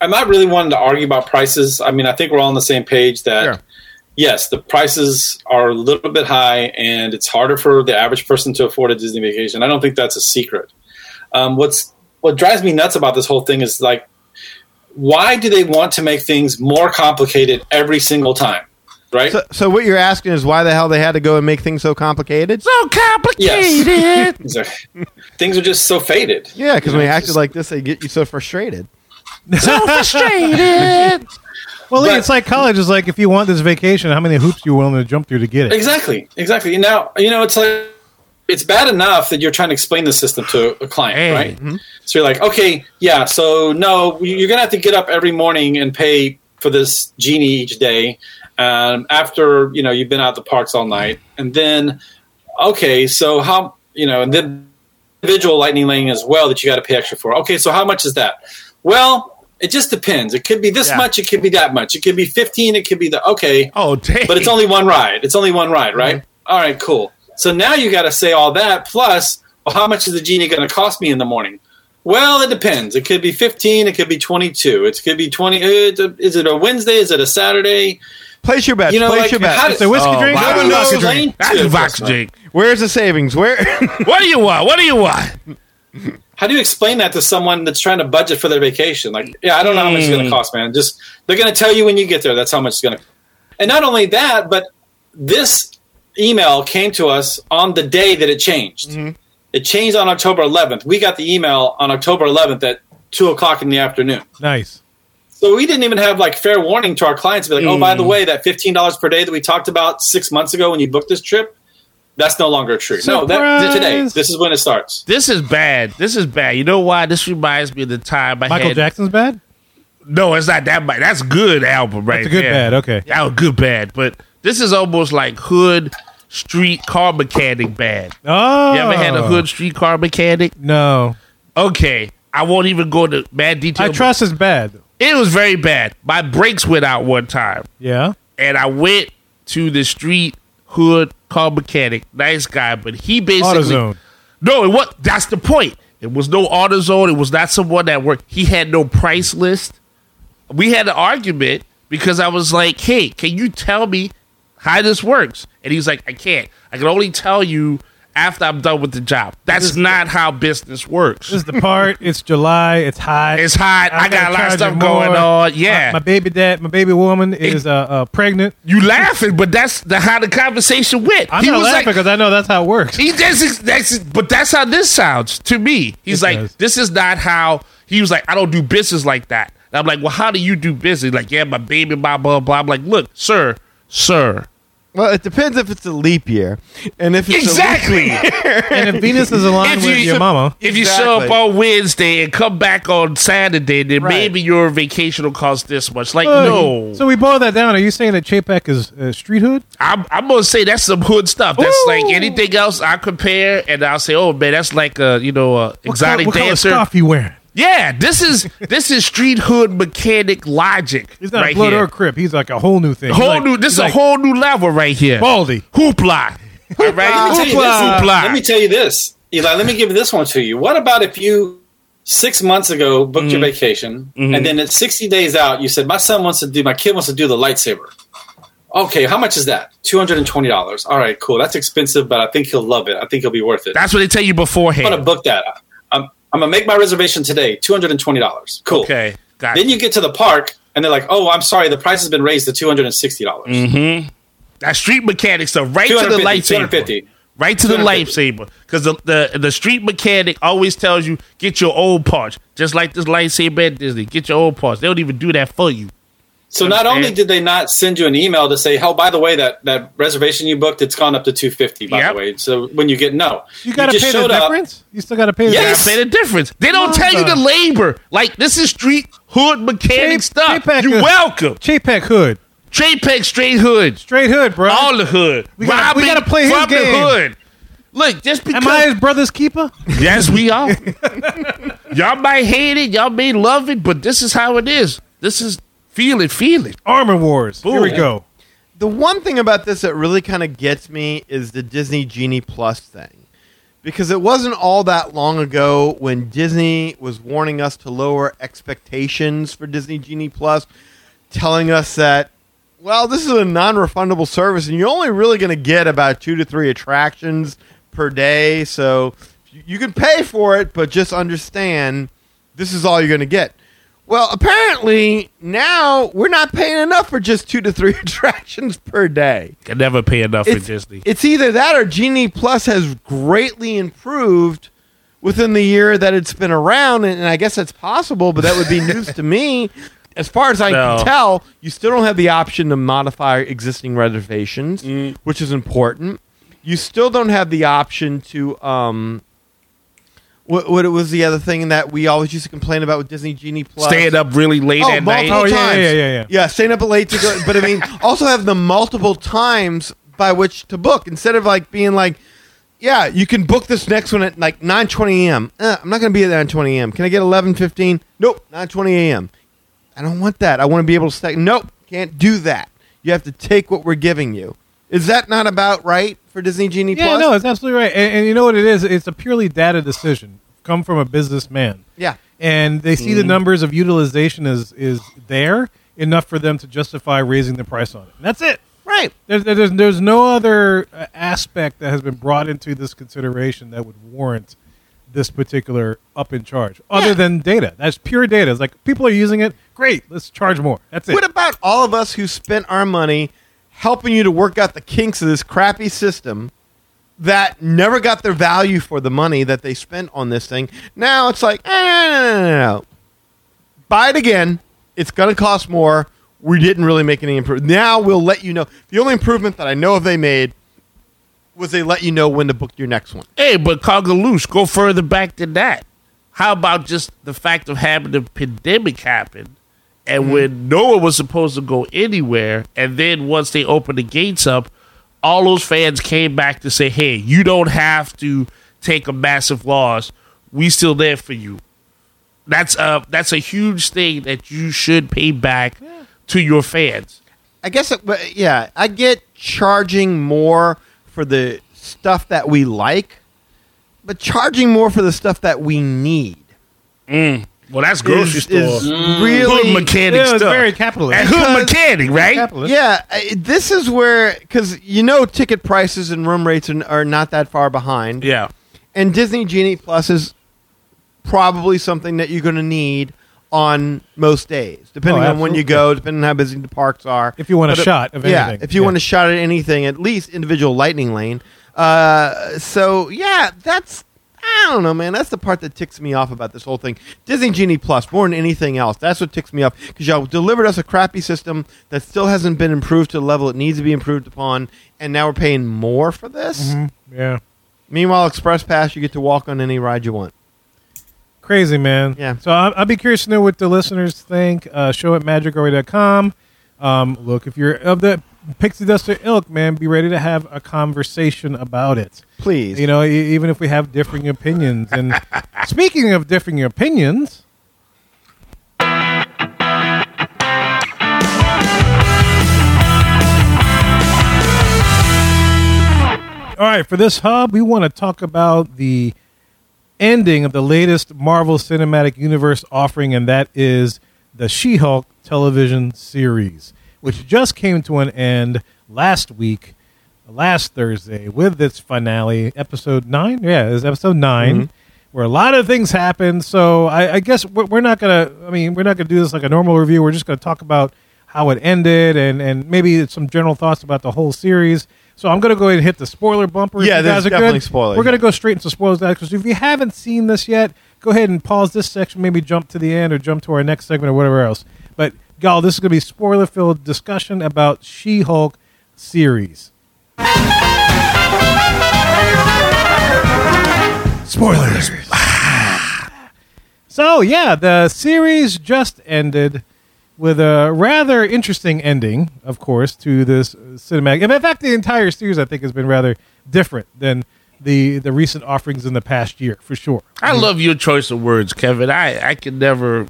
S8: I'm not really wanting to argue about prices. I mean, I think we're all on the same page that
S3: Sure.
S8: yes, the prices are a little bit high, and it's harder for the average person to afford a Disney vacation. I don't think that's a secret. Um, what's what drives me nuts about this whole thing is like, why do they want to make things more complicated every single time? Right?
S3: So, so what you're asking is why the hell they had to go and make things so complicated?
S1: Oh,
S5: so complicated?
S8: *laughs* Yes. things are just so faded.
S3: Yeah, because when
S8: know,
S3: you
S8: it's
S3: acted
S8: just-
S3: like this, they get you so frustrated.
S2: Well,
S8: But-
S2: it's like college. Is like if you want this vacation, how many hoops you willing to jump through to get it?
S8: Exactly, exactly. Now you know it's like it's bad enough that you're trying to explain the system to a client,
S5: Hey.
S8: right? So you're like, okay, yeah. So no, you're gonna have to get up every morning and pay for this genie each day. Um, after you know you've been out at the parks all night, and then okay, so how you know, and then individual lightning lane as well that you got to pay extra for. Okay, so how much is that? Well, it just depends. It could be this
S3: Yeah.
S8: much, it could be that much, it could be fifteen, it could be the okay
S5: Oh, dang.
S8: *laughs* but it's
S5: *laughs*
S8: only one ride. It's only one ride, right? All right, cool. So now you got to say all that plus, well, how much is the genie going to cost me in the morning? Well, it depends. It could be fifteen. It could be twenty-two. It could be twenty. It, is it a Wednesday? Is it a Saturday?
S3: Place your bets.
S8: You know,
S3: place
S8: like
S3: your bets.
S8: how
S2: It's a whiskey
S5: Oh,
S2: drink.
S5: wow.
S2: and a
S8: No,
S2: vodka drink.
S8: Lane
S5: that's
S8: two,
S5: Vox
S8: that's
S5: Jake.
S3: Where's the savings? Where? *laughs*
S5: What do you want? What do you want?
S8: How do you explain that to someone that's trying to budget for their vacation? Like, yeah, I don't know how much it's going to cost, man. Just they're going to tell you when you get there. That's how much it's going to. And not only that, but this email came to us on the day that it changed. It changed on October 11th. We got the email on October 11th at two o'clock in the afternoon.
S2: Nice.
S8: So we didn't even have like fair warning to our clients. Be like, oh, by the way, that fifteen dollars per day that we talked about six months ago when you booked this trip, that's no longer true. No, that
S2: Surprise!
S8: today. This is when it starts.
S5: This is bad. This is bad. You know why? This reminds me of the time I
S2: Michael
S5: had.
S2: Jackson's bad.
S5: No, it's not that bad. That's good album right
S2: It's a good
S5: there.
S2: bad. Okay.
S5: That was good bad. But this is almost like hood street car mechanic bad.
S2: Oh,
S5: You ever had a hood street car mechanic?
S2: No,
S5: Okay. I won't even go into bad detail.
S2: I trust it's bad.
S5: It was very bad. My brakes went out one time,
S2: Yeah.
S5: and I went to the street hood car mechanic, nice guy, but he basically
S2: AutoZone.
S5: no, it what that's the point. It was no AutoZone. It was not someone that worked. He had no price list. We had an argument because I was like, "Hey, can you tell me how this works?" And he's like, "I can't. I can only tell you after I'm done with the job." That's not how business works.
S2: This is the part. It's July. It's hot.
S5: It's hot. I got a lot of
S2: charge
S5: stuff
S2: you
S5: going
S2: more.
S5: on.
S2: My-
S5: Yeah.
S2: my, baby dad, my baby woman is uh, uh, pregnant.
S5: You laughing, but that's the, how the conversation went.
S2: I'm not laughing
S5: like,
S2: because I know that's how it works.
S5: he that's, that's but that's how this sounds to me. He's
S2: It
S5: like,
S2: does.
S5: this is not how he was like, I don't do business like that. And I'm like, well, how do you do business? Like, yeah, my baby, blah blah blah. I'm like, look, sir, sir,
S3: Well, it depends if it's a leap year, and if
S2: *laughs*
S3: it's
S5: exactly.
S2: And if Venus is aligned with your mama,
S5: if you show up
S3: Exactly.
S5: on Wednesday and come back on Saturday, then
S3: Right.
S5: maybe your vacation will cost this much. Like,
S2: Uh,
S5: no,
S2: So we boil that down. Are you saying that Chapek is uh, street hood?
S5: I'm, I'm gonna say that's some hood stuff. That's like
S2: Ooh.
S5: anything else I compare, and I'll say, oh man, that's like a you know a exotic
S2: what color,
S5: dancer.
S2: What color scarf you wearing?
S5: Yeah, this is this is street hood mechanic logic.
S2: He's not a
S5: right
S2: blood
S5: here.
S2: or a crip. He's like a whole new thing. He's
S5: whole
S2: like-
S5: new. This
S2: he's
S5: is a
S2: like
S5: whole new level right here.
S2: baldy.
S5: Hoopla. All right,
S8: Let me tell you this.
S5: Uh, hoopla.
S8: Let me tell you this, Eli. Let me give this one to you. What about if you six months ago booked your
S5: Mm-hmm.
S8: vacation, and then at sixty days out, you said, "My son wants to do, my kid wants to do the lightsaber." Okay, how much is that? Two hundred and twenty dollars. All right, cool. That's expensive, but I think he'll love it. I think he'll be worth it.
S5: That's what they tell you
S8: I'm gonna
S5: beforehand.
S8: book that. I'm, I'm gonna make my reservation today. Two hundred and twenty dollars. Cool.
S5: Okay, got
S8: Then
S5: it.
S8: you get to the park, and they're like, "Oh, I'm sorry, the price has been raised to two hundred and sixty dollars."
S5: That street mechanics are right to the
S8: 250,
S5: lightsaber.
S8: 250.
S5: Right to the
S8: 250.
S5: lightsaber, because the, the the street mechanic always tells you get your own parts, just like this lightsaber at Disney. Get your own parts. They don't even do that for you.
S8: So not
S5: Understand?
S8: only did they not send you an email to say, "Oh, by the way, that that reservation you booked, it's gone up to two fifty. By
S5: Yep.
S8: the way, so when you get no,
S2: You gotta
S8: just
S2: pay the
S8: showed up.
S2: difference. You still gotta pay the
S8: Yes.
S5: Pay the difference. They don't tell you the
S2: Mother.
S5: labor. Like this is street hood mechanic
S2: J-
S5: stuff.
S2: J-Pack
S5: you
S2: is-
S5: welcome.
S2: Chapek hood,
S5: JPEG straight hood.
S2: straight hood, bro.
S5: All the hood.
S2: We gotta- we gotta play his
S5: from
S2: game.
S5: the hood. Look, just because
S2: Am I his brother's keeper?
S5: yes, we *laughs* are. y'all might hate it, y'all may love it, but this is how it is. This is feel it, feel it.
S2: Armor Wars. Here we
S5: Boom.
S2: go.
S3: the one thing about this that really kind of gets me is the Disney Genie Plus thing. Because it wasn't all that long ago when Disney was warning us to lower expectations for Disney Genie Plus, telling us that, well, this is a non refundable service and you're only really going to get about two to three attractions per day. So you you can pay for it, but just understand this is all you're going to get. Well, apparently now we're not paying enough for just two to three *laughs* attractions per day.
S5: Can never pay enough for
S3: It's,
S5: Disney.
S3: it's either that or Genie Plus has greatly improved within the year that it's been around, and, and I guess that's possible, but that would
S5: *laughs*
S3: be news to me. As far as I
S5: No.
S3: can tell, you still don't have the option to modify existing reservations,
S5: Mm.
S3: which is important. You still don't have the option to um. What, what was the other thing that we always used to complain about with Disney Genie Plus?
S5: Staying up really late
S3: oh,
S5: at night.
S3: multiple
S2: Oh, yeah,
S3: times.
S2: yeah, yeah, yeah.
S3: staying up late to go. But I *laughs* mean, also have the multiple times by which to book instead of like being like, yeah, you can book this next one at like 9:20 a.m. Uh, I'm not going to be at 9:20 a.m. Can I get 11:15? Nope, 9:20 a.m. I don't want that. I want to be able to stay. Nope, can't do that. You have to take what we're giving you. Is that not about right for Disney Genie
S2: Yeah,
S3: Plus?
S2: no, it's absolutely right. And, and you know what it is? It's a purely data decision. Come from a businessman.
S3: yeah.
S2: and they see the
S8: Mm-hmm.
S2: numbers of utilization is is there enough for them to justify raising the price on it. And that's it.
S3: Right.
S2: There's, there's there's no other uh, aspect that has been brought into this consideration that would warrant this particular up in charge, other
S3: Yeah.
S2: than data. That's pure data. It's like people are using it. Great, let's charge more. That's it.
S3: What about all of us who spent our money helping you to work out the kinks of this crappy system that never got their value for the money that they spent on this thing? Now it's like, eh, no, no, no, no, no. Buy it again. It's going to cost more. We didn't really make any improvement. Now we'll let you know. The only improvement that I know of they made was they let you know when to book your next one.
S5: Hey, but Congoloosh, go further back than that. How about just the fact of having the pandemic happen and when no one was supposed to go anywhere, and then once they opened the gates up, all those fans came back to say, hey, you don't have to take a massive loss. We still there for you. That's a, that's a huge thing that you should pay back to your fans.
S3: I guess, it, but yeah, I get charging more for the stuff that we like, but charging more for the stuff that we need.
S5: Well, that's grocery
S3: is,
S5: store.
S3: is
S5: Hood
S3: really
S5: mechanic
S2: Yeah, it's
S5: stuff.
S2: very capitalist.
S5: and hood mechanic, right?
S2: Capitalist.
S3: Yeah, I- this is where because you know ticket prices and room rates are, are not that far behind.
S5: Yeah.
S3: and Disney Genie Plus is probably something that you're going to need on most days, depending
S2: Oh,
S3: on when you
S2: absolutely.
S3: go, depending on how busy the parks are.
S2: If you want a
S3: But, uh,
S2: shot of
S3: yeah,
S2: anything.
S3: if you
S2: Yeah.
S3: want a shot at anything, at least individual Lightning Lane. Uh, so yeah, that's I don't know, man. That's the part that ticks me off about this whole thing. Disney Genie Plus, more than anything else, that's what ticks me off because y'all delivered us a crappy system that still hasn't been improved to the level it needs to be improved upon, and now we're paying more for this.
S2: Mm-hmm. Yeah.
S3: Meanwhile, Express Pass, you get to walk on any ride you want.
S2: Crazy, man.
S3: Yeah.
S2: So I- I'd be curious to know what the listeners think. Uh, show at magicalway.com. Um, look, if you're of the pixie dust or ilk, man, be ready to have a conversation about it.
S3: Please,
S2: You know, e- even if we have differing opinions.
S3: *laughs*
S2: And speaking of differing opinions, all right, for this hub, we want to talk about the ending of the latest Marvel Cinematic Universe offering, and that is the She Hulk television series, which just came to an end last week, last Thursday, with its finale, episode nine. Yeah, it was episode 9
S3: Mm-hmm.
S2: where a lot of things happened. So I, I guess we're, we're not gonna. I mean, we're not gonna do this like a normal review. We're just gonna talk about how it ended and and maybe some general thoughts about the whole series. So I'm gonna go ahead and hit the spoiler bumper. if
S3: Yeah,
S2: you
S3: there's
S2: guys are
S3: definitely
S2: good.
S3: spoilers,
S2: We're gonna
S3: yeah.
S2: go straight into spoilers because if you haven't seen this yet, go ahead and pause this section, maybe jump to the end or jump to our next segment or whatever else. But y'all, this is gonna be spoiler filled discussion about She-Hulk series. Spoilers. so yeah, the series just ended with a rather interesting ending, of course, to this cinematic. and In fact, the entire series I think has been rather different than the the recent offerings in the past year, for sure.
S5: I love your choice of words, Kevin. I, I can never,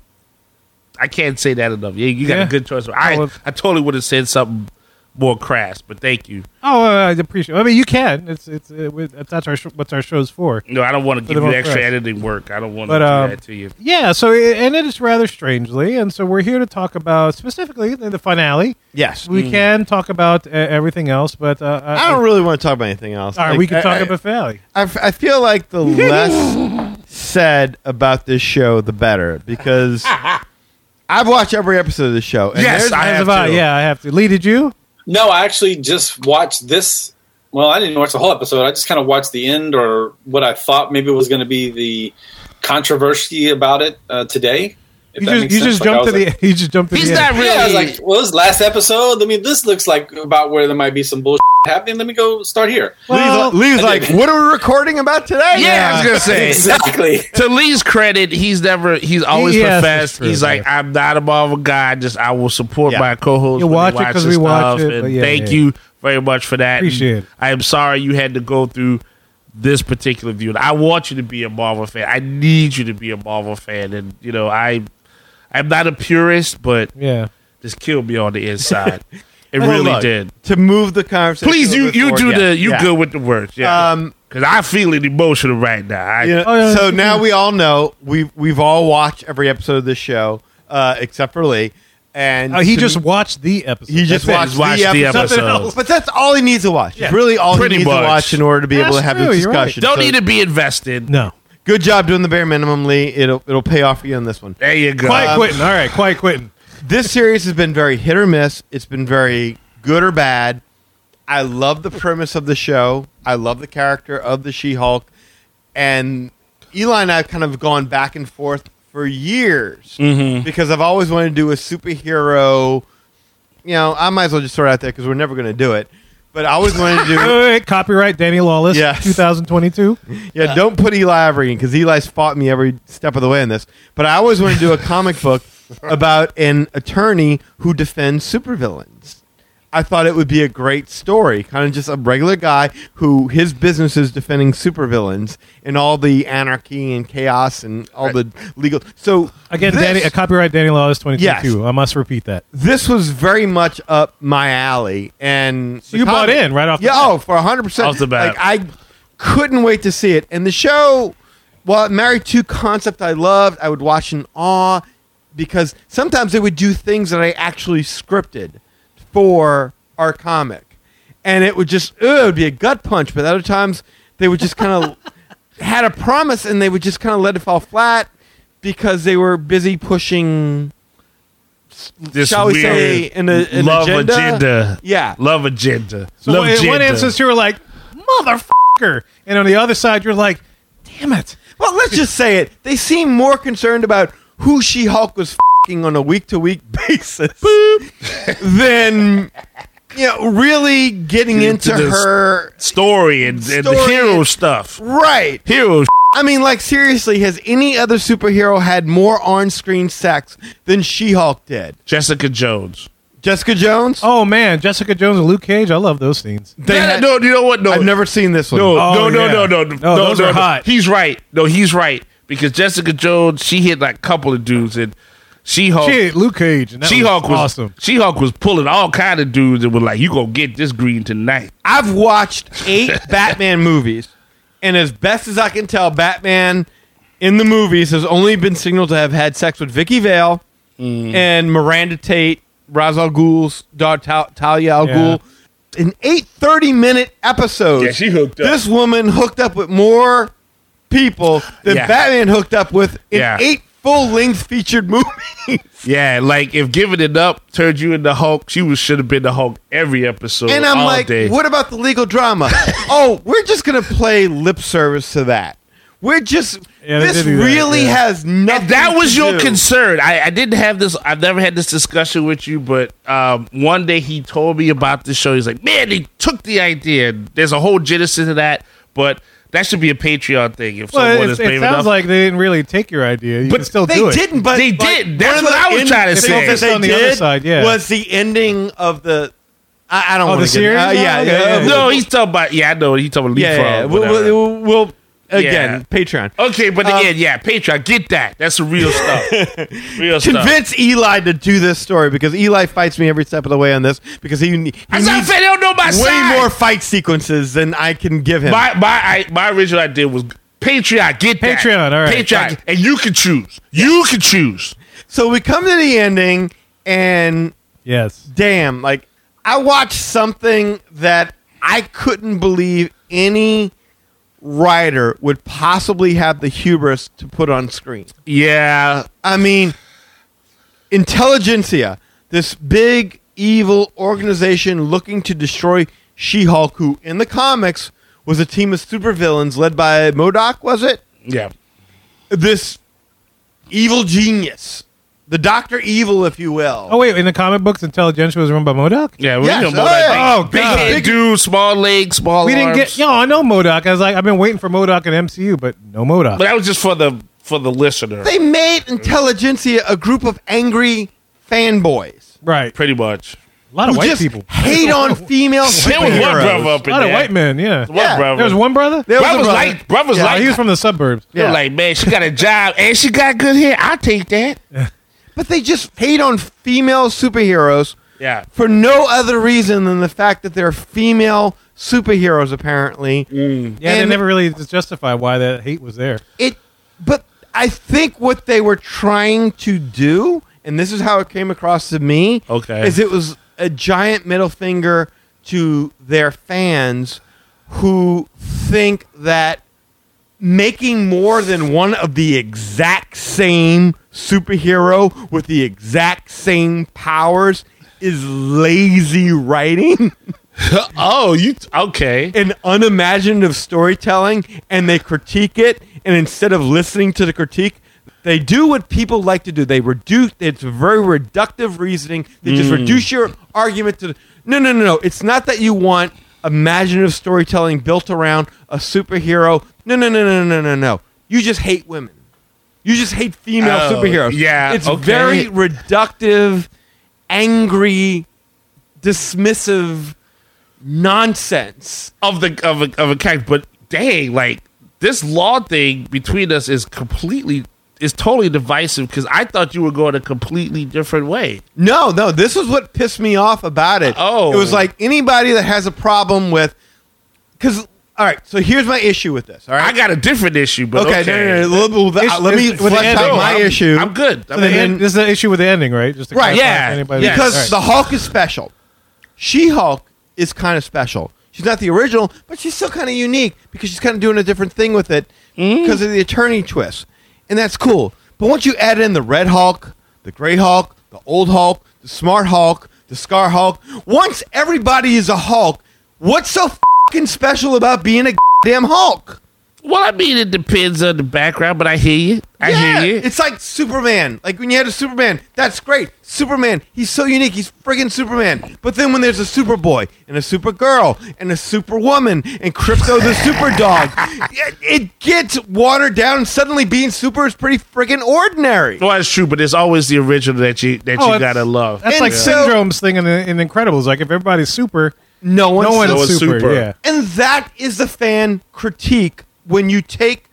S5: I can't say that enough. Yeah, you got
S2: Yeah.
S5: a good choice. Of,
S2: Oh,
S5: I
S2: well-
S5: I totally would have said something more crass, but thank you.
S2: Oh, I appreciate. I mean, you can. It's it's it, that's our sh- what's our show's for.
S5: No, I don't want to
S2: the
S5: give you
S2: most
S5: extra
S2: crass.
S5: editing work. I don't want
S2: But,
S5: to do
S2: um,
S5: that to you.
S2: Yeah, so it ended just rather strangely, and so we're here to talk about specifically the, the finale.
S3: yes. Mm.
S2: We can talk about uh, everything else, but uh,
S3: I don't really want to talk about anything else.
S2: All right,
S3: Like,
S2: we can
S3: I-
S2: talk
S3: I-
S2: about finale.
S3: I, f- I feel
S2: *laughs*
S3: like the less said about this show, the better,
S2: *laughs*
S3: because I've watched every episode of the show. And
S5: Yes,
S3: there's-
S5: I
S2: That's
S5: have
S2: about-
S5: to.
S2: Yeah, I have to. Lee, did you?
S8: No, I actually just watched this. Well, I didn't watch the whole episode. I just kind of watched the end or what I thought maybe was going to be the controversy about it uh, today. if
S2: You
S8: that
S2: just
S8: makes
S2: you
S8: sense.
S2: just
S8: Like, I
S2: jumped to
S8: was like-
S2: the you just jumped to
S5: He's
S2: the
S5: not
S2: end.
S5: really.
S8: Yeah, I was like, well, this last episode. I mean, this looks like about where there might be some bullshit happening. Let me go start here.
S2: Well,
S3: Lee's, Lee's like, what are we recording about today?
S5: yeah, I was gonna say.
S8: *laughs* Exactly.
S5: to Lee's credit, he's never he's always
S2: Yes, that's
S5: professed.
S2: true,
S5: he's like,
S2: yeah.
S5: I'm not a Marvel guy. Just I will support
S3: Yeah.
S5: my co-host.
S2: You
S5: when
S2: watch
S5: they
S2: it 'cause
S5: this
S2: we watch
S5: stuff,
S2: it, but
S5: And
S2: yeah,
S5: thank
S2: yeah.
S5: you very much for that. And
S2: Appreciate it.
S5: I am sorry you had to go through this particular view. I want you to be a Marvel fan. I need you to be a Marvel fan. And you know, I I'm not a purist, but
S2: Yeah. Uh,
S5: just killed me on the
S2: *laughs*
S5: inside. It
S3: Well,
S5: really
S3: look,
S5: did.
S3: To move the conversation.
S5: Please, you you
S3: forward,
S5: do
S3: yeah,
S5: the you
S3: yeah.
S5: good with the words, yeah.
S3: Um,
S5: Because I feel it emotional right now. I,
S3: You know,
S2: Oh, yeah,
S3: so
S2: yeah.
S3: now we all know we've we've all watched every episode of this show uh, except for Lee, and
S2: Oh, he
S3: to
S2: just
S3: me-
S2: watched the episode.
S3: he just
S2: That's
S3: watched,
S5: Just watch
S3: the
S5: the
S3: episode.
S5: episode.
S3: Something else. But that's all he needs to watch.
S2: Yeah.
S3: Really, all
S5: Pretty
S3: he needs
S5: much.
S3: to watch in order to be able
S2: That's
S3: to have
S2: true,
S3: this
S2: you're right.
S3: discussion.
S5: don't
S3: So
S5: need to be invested.
S2: it. No.
S3: Good job doing the bare minimum, Lee. It'll it'll pay off for you on this one.
S5: There you go. Um,
S2: Quiet quitting. All right, quiet quitting.
S3: This series has been very hit or miss. It's been very good or bad. I love the premise of the show. I love the character of the She-Hulk, and Eli and I have kind of gone back and forth for years because I've always wanted to do a superhero. You know, I might as well just throw it out there because we're never going to do it. But I always wanted to do.
S2: Wait, wait, wait, copyright Danny Lawless,
S3: Yes.
S2: 2022.
S3: Yeah, don't put Eli Avery in because Eli's fought me every step of the way in this. But I always want
S2: *laughs*
S3: to do a comic book about an attorney who defends supervillains. I thought it would be a great story, kind of just a regular guy who his business is defending supervillains and all the anarchy and chaos and all the legal. So
S2: Again,
S3: this-
S2: Danny, a copyright Danny Law is 22.
S3: Yes.
S2: I must repeat that.
S3: this was very much up my alley, and
S2: So you bought in right off the
S3: Yeah,
S2: bat.
S3: oh, for hundred percent.
S5: Off the bat.
S3: like I couldn't wait to see it. And the show, while it married two concepts I loved, I would watch in awe because sometimes they would do things that I actually scripted for our comic, and it would just ugh, it would be a gut punch. But other times they would just
S2: *laughs*
S3: kind of had a promise and they would just kind of let it fall flat because they were busy pushing
S5: This
S3: Shall we
S5: weird
S3: say an- an
S5: love
S3: agenda?
S5: agenda?
S3: Yeah.
S5: Love agenda.
S2: So
S5: love
S2: in one
S5: agenda.
S2: instance, you were like, motherfucker. And on the other side, you're like, damn it.
S3: Well, let's just say it. They seem more concerned about who She Hulk was fing on a week to week *laughs* basis than you know, really getting
S5: Into
S3: into,
S5: this
S3: her.
S5: story and, and the
S3: Story
S5: hero
S3: and-
S5: stuff.
S3: Right.
S5: Hero
S3: I mean, like, seriously, has any other superhero had more on screen sex than She Hulk did?
S5: Jessica Jones.
S3: Jessica Jones?
S2: Oh, man. Jessica Jones and Luke Cage. I love those scenes.
S3: They
S5: Yeah,
S3: had-
S5: no, you know what? No,
S3: I've never seen this one.
S5: No,
S2: Oh,
S5: no, no,
S2: yeah.
S5: no, no, no,
S2: No, those are hot.
S5: He's right. No, he's right because Jessica Jones she hit like a couple of dudes and She Hulk.
S2: Shit, Luke Cage. and that
S5: She Hulk was,
S2: awesome.
S5: She Hulk was pulling all kind of dudes and was like, "You gonna get this green tonight?"
S3: I've watched eight *laughs* Batman movies, and as best as I can tell, Batman in the movies has only been signaled to have had sex with Vicky Vale
S5: Mm.
S3: and Miranda Tate, Ra's al Ghul's daughter Ta- Talia al
S2: Yeah.
S3: Ghul. In eight 30 minute episodes,
S5: Yeah, she hooked up.
S3: This woman hooked up with more people than
S5: Yeah.
S3: Batman hooked up with in
S5: Yeah.
S3: eight full length featured *laughs* movies.
S5: Yeah, like if giving it up turned you into Hulk, she was should have been the Hulk every episode.
S3: And I'm
S5: all
S3: like,
S5: day.
S3: what about the legal
S5: *laughs*
S3: drama? oh, we're just gonna play lip service to that. We're just
S2: Yeah, they
S3: this
S2: did do that,
S3: really
S2: yeah.
S3: has nothing.
S5: And that was
S3: to
S5: your
S3: do.
S5: concern. I, I didn't have this. I've never had this discussion with you, but um, one day he told me about this show. He's like, "Man, they took the idea. There's a whole genesis of that, but that should be a Patreon thing if
S2: Well,
S5: someone
S2: it,
S5: is
S2: it
S5: brave
S2: sounds
S5: enough."
S2: like they didn't really take your idea. You
S5: But
S2: can still
S3: They
S2: do it.
S3: didn't, but
S5: They
S3: like,
S5: did. That's
S3: one of
S5: what
S3: the
S5: I was
S3: end
S5: trying to
S3: things
S5: say.
S3: that they
S2: On the other
S3: did
S2: side, yeah.
S3: was the ending of the. I, I don't
S2: Oh,
S3: want
S2: the
S3: to
S2: series?
S3: Get, uh, yeah,
S2: Oh, okay,
S3: yeah,
S2: yeah, yeah.
S5: no, he's talking about. Yeah, I know. He's talking about
S3: yeah,
S5: leapfrog.
S3: yeah. We'll,
S5: whatever.
S3: we'll, we'll- again Patreon
S5: okay, but again,
S3: um,
S5: yeah, Patreon. Get that. That's the
S3: *laughs*
S5: real stuff. real stuff.
S3: convince Eli to do this story because Eli fights me every step of the way on this because he, he
S5: I'm not
S3: needs
S5: saying they don't know my side.
S3: way more fight sequences than I can give him.
S5: *laughs* My my I, my original idea was Patreon. Get that.
S2: Patreon, all right,
S5: Patreon,
S2: got it.
S5: and you can choose. You can choose.
S3: So we come to the ending, and
S2: Yes.
S3: damn, like I watched something that I couldn't believe any writer would possibly have the hubris to put on screen.
S5: Yeah,
S3: I mean, Intelligentsia, this big evil organization looking to destroy She Hulk, who in the comics was a team of supervillains led by Modoc, was it?
S5: yeah.
S3: This evil genius, the Doctor Evil, if you will.
S2: Oh, wait. In the comic books, Intelligentsia was run by Modoc?
S5: Yeah, we
S3: Yes,
S5: know
S3: oh,
S5: about
S3: yeah.
S5: that.
S2: Oh,
S5: big, big
S2: God.
S5: head
S3: Big-
S5: dude, small legs, small
S2: We didn't
S5: arms.
S2: get. Yo, I know Modoc. I was like, I've been waiting for Modoc in MCU, but no Modoc.
S5: but that was just for the for the listener,
S3: They made Intelligentsia a group of angry fanboys
S2: Right.
S5: pretty much.
S2: A lot of
S3: who
S2: white
S3: just
S2: people.
S3: hate
S2: *laughs*
S3: on female
S5: There was one brother
S3: superheroes.
S5: up
S2: A
S5: in
S2: lot
S5: there.
S2: of Oh, white men, yeah.
S5: One
S3: Yeah.
S5: brother.
S2: There was one brother?
S3: There was a
S5: Brothers
S3: brother.
S5: like brothers
S2: Yeah,
S5: like.
S2: he was from the suburbs.
S5: they were like, man, she got a job and she got good hair. I'll
S2: *laughs*
S5: take that.
S3: But they just hate on female superheroes
S5: Yeah.
S3: for no other reason than the fact that they're female superheroes, apparently.
S2: Mm. Yeah, they
S3: And-
S2: never really justify why that hate was there.
S3: it but i think what they were trying to do and this is how it came across to me
S5: Okay.
S3: is it was a giant middle finger to their fans who think that making more than one of the exact same superhero with the exact same powers is lazy writing *laughs*
S5: Oh, you okay?
S3: an unimaginative storytelling and they critique it and instead of listening to the critique they do what people like to do they reduce it's very reductive reasoning they just reduce your argument to no no no no it's not that you want imaginative storytelling built around a superhero no no no no no no no you just hate women you just hate female
S5: Oh,
S3: superheroes
S5: yeah,
S3: it's
S5: okay.
S3: very reductive angry dismissive nonsense.
S5: of the of a, of a character. But dang, like this law thing between us is completely is totally divisive because I thought you were going a completely different way.
S3: No, no, this is what pissed me off about it.
S5: Oh.
S3: It was like anybody that has a problem with cuz all right, so here's my issue with this, all right?
S5: I got a different issue, but okay,
S3: okay, No, no, no, let-
S2: It's-
S3: let me
S2: it's- with the
S3: flesh
S2: end-
S3: out
S2: no,
S3: my
S5: I'm-
S3: issue.
S5: I'm good. I
S2: The
S5: mean,
S2: end- this is the issue with the ending, right? Just to
S3: Right,
S2: clarify
S5: yeah,
S2: for anybody
S5: yes.
S2: that's-
S3: because
S2: all
S3: the
S2: right.
S3: Hulk is special. She Hulk is kind of special. She's not the original, but she's still kind of unique because she's kind of doing a different thing with it
S2: Mm.
S3: because of the attorney twist, and that's cool. But once you add in the Red Hulk, the Gray Hulk, the Old Hulk, the Smart Hulk, the Scar Hulk, once everybody is a Hulk, what's so fucking special about being a damn Hulk?
S5: well, I mean, it depends on the background, but I hear you. I
S3: Yeah,
S5: hear you.
S3: It's like Superman. Like when you had a Superman, that's great. Superman, he's so unique. He's friggin' Superman. But then when there's a Superboy and a Supergirl and a Superwoman and Crypto the Superdog, it, it gets watered down. And suddenly being super is pretty friggin' ordinary.
S5: well, it's true, but it's always the original that you that
S2: Oh,
S5: you
S2: it's-
S5: gotta love.
S2: That's
S3: And
S2: like
S3: so-
S2: syndromes thing in, the- in Incredibles. Like if everybody's super,
S3: No one's
S2: no one's
S5: one's
S2: super.
S5: super.
S2: Yeah.
S3: And that is the fan critique when you take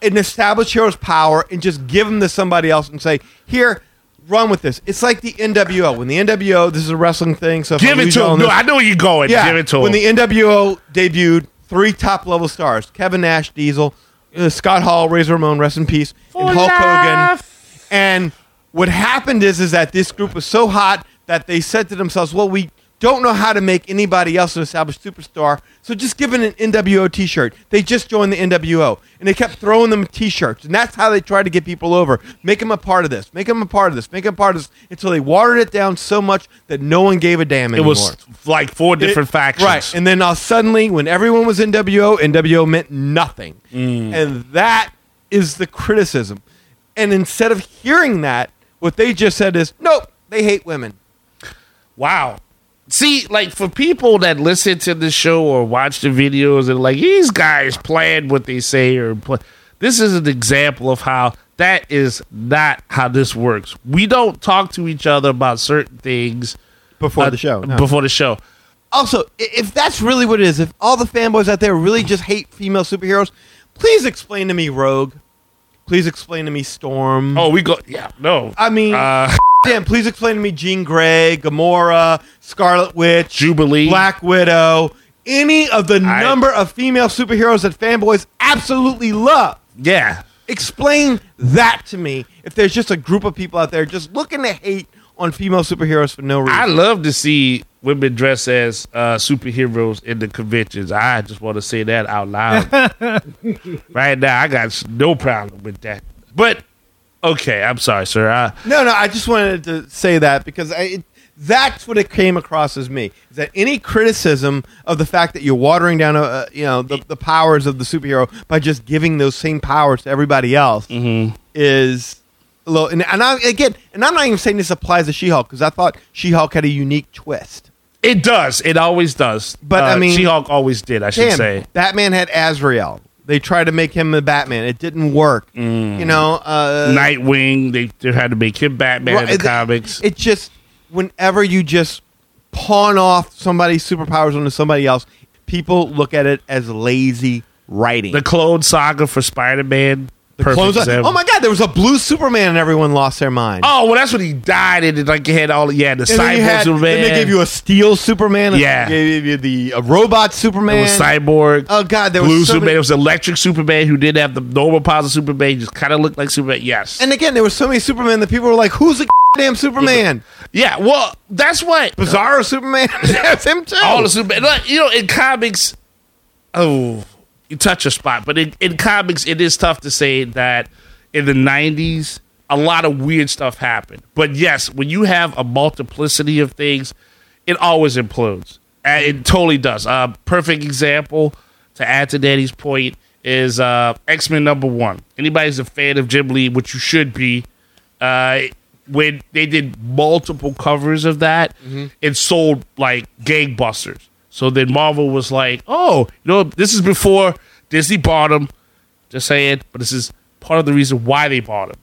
S3: an established hero's power and just give them to somebody else and say, here, run with this. It's like the NWO. When the NWO, this is a wrestling thing, so if
S5: Give
S3: I'm
S5: it
S3: losing
S5: to
S3: on
S5: him. No,
S3: this-
S5: I know where you're going.
S3: yeah,
S5: Give it to him.
S3: when the NWO debuted, three top level stars: Kevin Nash, Diesel, uh, Scott Hall, Razor Ramon, rest in peace, and Hulk Hogan. And what happened is, is that this group was so hot that they said to themselves, "Well, we don't know how to make anybody else an established superstar, so just give it an NWO T-shirt." They just joined the NWO, and they kept throwing them T-shirts, and that's how they tried to get people over, make them a part of this, make them a part of this, make them a part of this, until they watered it down so much that no one gave a damn
S5: it
S3: anymore.
S5: was like four different
S3: It-
S5: factions.
S3: Right. And then uh, suddenly, when everyone was NWO, NWO meant nothing.
S5: Mm.
S3: And that is the criticism. And instead of hearing that, what they just said is, nope, they hate women.
S5: Wow. See, like for people that listen to the show or watch the videos and like these guys plan what they say or play, this is an example of how that is not how this works. We don't talk to each other about certain things
S3: Before
S5: uh,
S3: the show. no.
S5: Before the show,
S3: also, i- if that's really what it is, if all the fanboys out there really just hate female superheroes, please explain to me Rogue. Please explain to me Storm.
S5: oh, we go. Yeah, no.
S3: I mean,
S5: uh,
S3: *laughs* damn, please explain to me Jean Grey, Gamora, Scarlet Witch,
S5: Jubilee.
S3: Black Widow, any of the
S5: I-
S3: number of female superheroes that fanboys absolutely love.
S5: Yeah,
S3: Explain that to me. If there's just a group of people out there just looking to hate on female superheroes for no reason.
S5: I love to see women dress as uh, superheroes in the conventions. I just want to say that
S3: *laughs*
S5: out loud. right now, I got s- no problem with that. But okay, I'm sorry, sir. I,
S3: no, no, I just wanted to say that because I, it, that's what it came across as me. Is that any criticism of the fact that you're watering down, uh, you know, the, the powers of the superhero by just giving those same powers to everybody else
S5: Mm-hmm.
S3: is a little. And, and I, again, and I'm not even saying this applies to She-Hulk because I thought She-Hulk had a unique twist.
S5: it does. It always does. Uh,
S3: But, I mean-
S5: She-Hulk always did. I should
S3: Damn,
S5: say.
S3: Batman had Azrael. They tried to make him the Batman. It didn't work.
S5: Mm.
S3: You know, uh,
S5: Nightwing. They, they had to make him Batman
S3: Right,
S5: in the
S3: it-
S5: comics.
S3: It just whenever you just pawn off somebody's superpowers onto somebody else, people look at it as lazy writing.
S5: the clone saga for Spider-Man. perfect
S3: Close up-
S5: example.
S3: oh my god, there was a blue Superman and everyone lost their mind.
S5: Oh well, that's when he died, and it, like you had all yeah the
S3: and then,
S5: cyborg
S3: you had, then
S5: Superman.
S3: they gave you a steel Superman. and
S5: Yeah.
S3: they gave you the a robot
S5: It
S3: Superman.
S5: was cyborg.
S3: oh god, there
S5: Blue
S3: was so
S5: Superman.
S3: many-
S5: it was electric Superman who didn't have the normal powers of Superman. He just kind of looked like Superman. Yes.
S3: and again, there were so many Superman that people were like, "Who's the damn Superman?"
S5: yeah. Well, that's what
S3: Bizarro Superman. *laughs* That's him too.
S5: all the Superman. Like, you know, in comics, oh, you touch a spot, but in, in comics, it is tough to say that in the '90s, a lot of weird stuff happened. But yes, when you have a multiplicity of things, it always implodes. And it totally does. Uh, perfect example to add to Danny's point is uh, X Men number one. Anybody's a fan of Jim Lee, which you should be. Uh, when they did multiple covers of that, it sold like gangbusters. So then Marvel was like, "Oh, you know, this is before Disney bought them." Just saying, but this is part of the reason why they bought them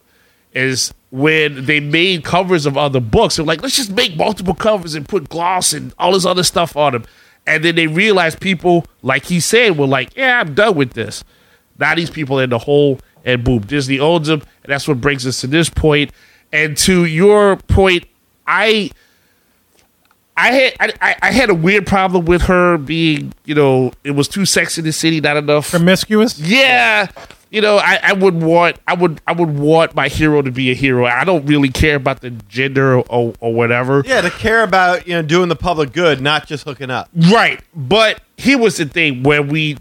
S5: is when they made covers of other books. They're like, let's just make multiple covers and put gloss and all this other stuff on them. And then they realized people, like he said, were like, yeah, I'm done with this. Now these people in the hole, and boom, Disney owns them. And that's what brings us to this point. And to your point, I. I had I- I, I had a weird problem with her being you know it was too sexy in the city not enough
S2: Promiscuous?
S5: yeah you know I, I would want i would i would want my hero to be a hero i don't really care about the gender or, or whatever
S3: Yeah, to care about you know doing the public good, not just hooking up.
S5: right but here was the thing where we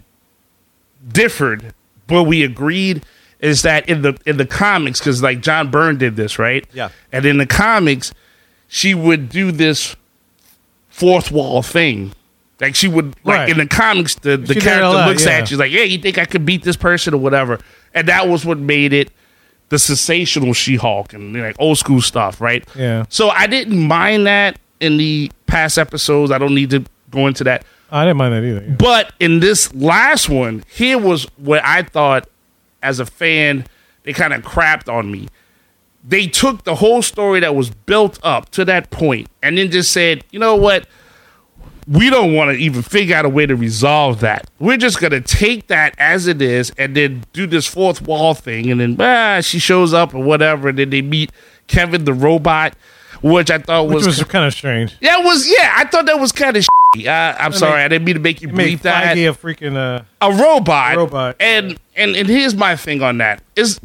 S5: differed but we agreed is that in the in the comics because like john byrne did this right
S3: Yeah.
S5: and in the comics she would do this fourth wall thing like she would like
S2: Right.
S5: in the comics the,
S2: She
S5: the
S2: did it a
S5: character
S2: lot,
S5: looks
S2: yeah.
S5: at you like yeah you think i could beat this person or whatever and that was what made it the sensational she-hulk and like old school stuff right
S2: Yeah.
S5: so i didn't mind that in the past episodes i don't need to go into that
S2: I didn't mind that either. yeah.
S5: but in this last one, here was what I thought as a fan, they kind of crapped on me. They took the whole story that was built up to that point and then just said, you know what? We don't want to even figure out a way to resolve that. We're just going to take that as it is and then do this fourth wall thing. And then ah, she shows up or whatever. And then they meet Kevin the robot, which I thought
S2: Which
S5: was.
S2: was kind of strange.
S5: that was, yeah, I thought that was kind of. Uh, I'm sorry, I didn't mean to make you
S2: It made
S5: believe that
S2: Feige a freaking uh,
S5: a robot.
S2: A robot.
S5: And and and here's my thing on that is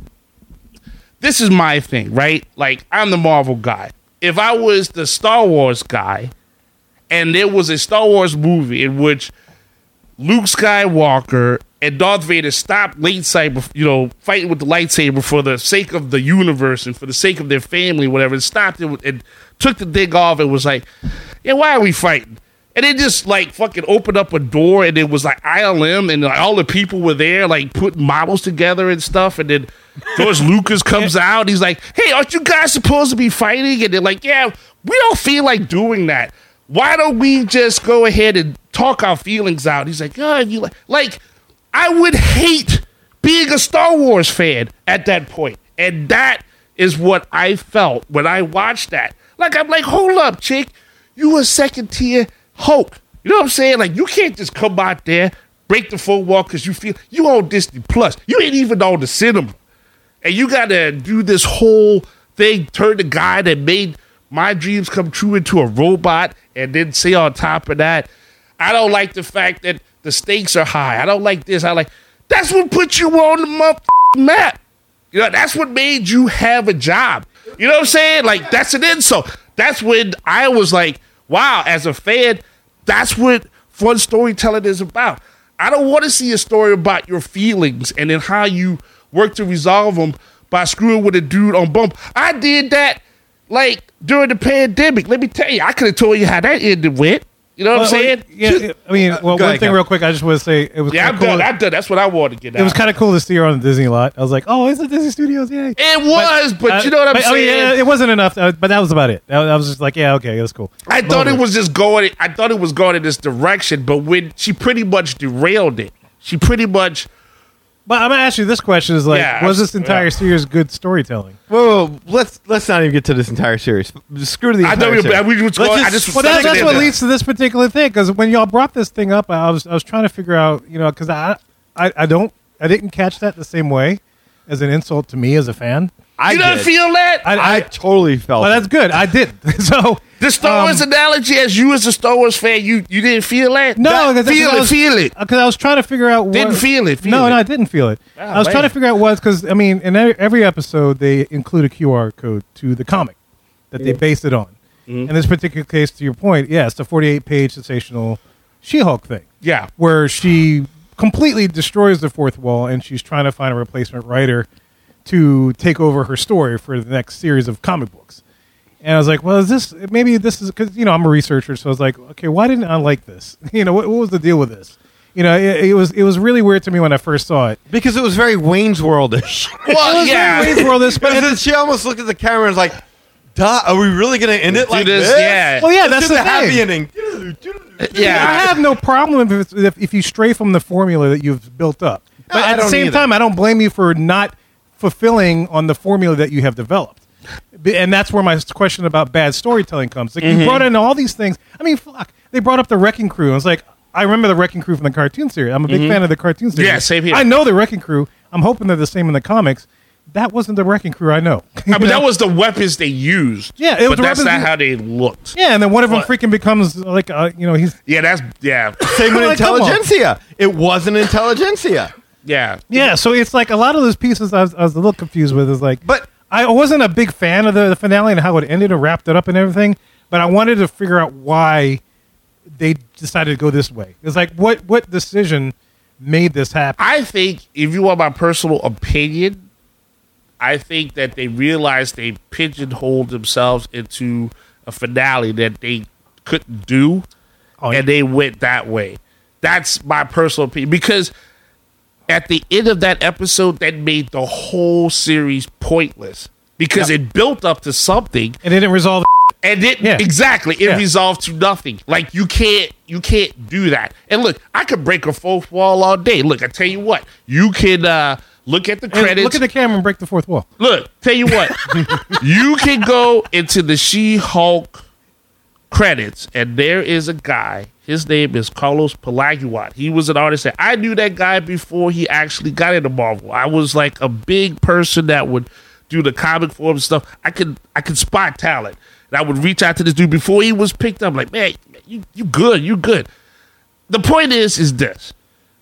S5: this is my thing, right? Like I'm the Marvel guy. If I was the Star Wars guy, and there was a Star Wars movie in which Luke Skywalker and Darth Vader stopped late sight, bef- you know, fighting with the lightsaber for the sake of the universe and for the sake of their family, whatever. And stopped it and took the dig off and was like, "Yeah, why are we fighting?" And it just like fucking opened up a door, and it was like ILM, and like, all the people were there, like putting models together and stuff. And then George Lucas comes out, and he's like, "Hey, aren't you guys supposed to be fighting?" And they're like, "Yeah, we don't feel like doing that. Why don't we just go ahead and talk our feelings out?" He's like, "Oh, you like like." I would hate being a Star Wars fan at that point. And that is what I felt when I watched that. Like, I'm like, hold up, chick. You a second tier Hulk. You know what I'm saying? Like, you can't just come out there, break the four wall because you feel you on Disney Plus. You ain't even on the cinema. And you got to do this whole thing, turn the guy that made my dreams come true into a robot, and then say on top of that, I don't like the fact that the stakes are high. I don't like this. I like that's what put you on the motherfucking map. You know, that's what made you have a job. You know what I'm saying? Like that's an insult. That's when I was like, wow, as a fan, that's what fun storytelling is about. I don't want to see a story about your feelings and then how you work to resolve them by screwing with a dude on bump. I did that like during the pandemic. Let me tell you, I could have told you how that ended went. You know what I'm
S2: Well,
S5: saying?
S2: Yeah, I mean,
S5: uh,
S2: well, one
S3: go ahead,
S2: thing
S3: Kevin.
S2: real quick, I just want to say it was
S5: Yeah, I'm
S2: kinda cool.
S5: done. I'm done. That's what I wanted to get out.
S2: it was kind of cool to see her on the Disney lot. I was like, oh, it's the Disney Studios, yay!
S5: It was, but,
S2: Uh,
S5: you know what I'm
S2: but, I mean,
S5: saying.
S2: yeah, it wasn't enough, uh, but that was about it. I, I was just like, yeah, okay, that's cool.
S5: I thought it
S2: Moment.
S5: was just going. I thought it was going in this direction, but when she pretty much derailed it, she pretty much
S2: But I'm gonna ask you this question: Is like,
S5: Yeah,
S2: was this entire
S5: yeah.
S2: series good storytelling?
S3: Whoa, whoa, whoa, let's let's not even get to this entire series. Screw the.
S5: I
S3: Entire
S5: know we-
S3: series.
S5: we was
S3: Let's
S5: going- I just-
S2: Well, that,
S5: Stick it
S2: that's
S5: in
S2: what
S5: there.
S2: leads to this particular thing. Because when y'all brought this thing up, I was I was trying to figure out, you know, because I, I I don't I didn't catch that the same way as an insult to me as a fan.
S3: I
S5: you don't
S3: did.
S5: feel that.
S2: I,
S3: I totally felt.
S2: well, that's good. I did. *laughs* so
S5: the Star Wars
S2: um,
S5: analogy, as you as a Star Wars fan, you you didn't feel that.
S2: No,
S5: That-
S2: that's-
S5: feel
S2: I
S5: it,
S2: was-
S5: feel it.
S2: because I was trying to figure out. What,
S5: Didn't feel it, feel
S2: no,
S5: it. Ah,
S2: no, I didn't feel it. I was
S5: man.
S2: trying to figure out what because I mean, in every, every episode they include a QR code to the comic that
S5: Mm.
S2: they based it on.
S5: Mm-hmm.
S2: In this particular case, to your point, yes, the forty-eight page sensational She-Hulk thing.
S5: Yeah.
S2: where she completely destroys the fourth wall and she's trying to find a replacement writer to take over her story for the next series of comic books. And I was like, well, is this maybe this is because you know I'm a researcher, so I was like, okay, why didn't I like this? *laughs* You know, what, what was the deal with this? You know, it, it was it was really weird to me when I first saw it.
S3: because it was very Wayne's *laughs* Worldish.
S5: Well, yeah.
S2: It's for all this, but
S3: *laughs* But then she almost looked at the camera and was like, "Duh, are we really gonna end it
S5: Do
S3: like
S5: this,
S3: this?
S5: yeah.
S2: well, yeah, that's
S3: Let's do
S2: the
S3: the happy
S2: thing.
S3: ending."
S2: I
S5: yeah.
S2: have no problem if, it's, if if you stray from the formula that you've built up. But
S3: I
S2: at the
S3: don't
S2: same
S3: either.
S2: time, I don't blame you for not fulfilling on the formula that you have developed. B- and that's where my question about bad storytelling comes. Like
S5: Mm-hmm.
S2: you brought in all these things. I mean, fuck, they brought up the Wrecking Crew. I was like, I remember the Wrecking Crew from the cartoon series. I'm a big fan of the cartoon series.
S5: Mm-hmm. Yeah, same here.
S2: I know the Wrecking Crew. I'm hoping they're the same in the comics. That wasn't the Wrecking Crew I know. *laughs*
S5: I mean, that was the weapons they used.
S2: Yeah, it was
S5: but
S2: the
S5: that's
S2: weapons
S5: not
S2: they-
S5: how they looked.
S2: yeah, and then one of them
S5: What?
S2: freaking becomes like, uh, you know, he's
S5: Yeah, that's yeah, *coughs*
S3: Same with
S2: Like, come on.
S3: intelligentsia. It was an intelligentsia.
S5: yeah.
S2: Yeah, so it's like a lot of those pieces I was, I was a little confused with is like,
S3: But-
S2: I wasn't a big fan of the, the finale and how it ended and wrapped it up and everything, but I wanted to figure out why they decided to go this way. It's like what what decision made this happen?
S5: I think, if you want my personal opinion, I think that they realized they pigeonholed themselves into a finale that they couldn't do,
S2: Oh,
S5: and they went that way. That's my personal opinion because at the end of that episode, that made the whole series pointless because it built up to something
S2: and it didn't resolve.
S5: and it
S2: Yeah.
S5: exactly it
S2: Yeah.
S5: resolved to nothing. Like you can't you can't do that. And look, I could break a fourth wall all day. Look, I tell you what, you can uh, look at the
S2: and
S5: credits.
S2: Look at the camera and break the fourth wall.
S5: Look, tell you what, you can go into the She Hulk credits, and there is a guy. His name is Carlos Palaguat. He was an artist. that- I knew that guy before he actually got into Marvel. I was like a big person that would do the comic form stuff. I could I could spot talent, and I would reach out to this dude before he was picked up. Like, man, you you good, you good. The point is, is this.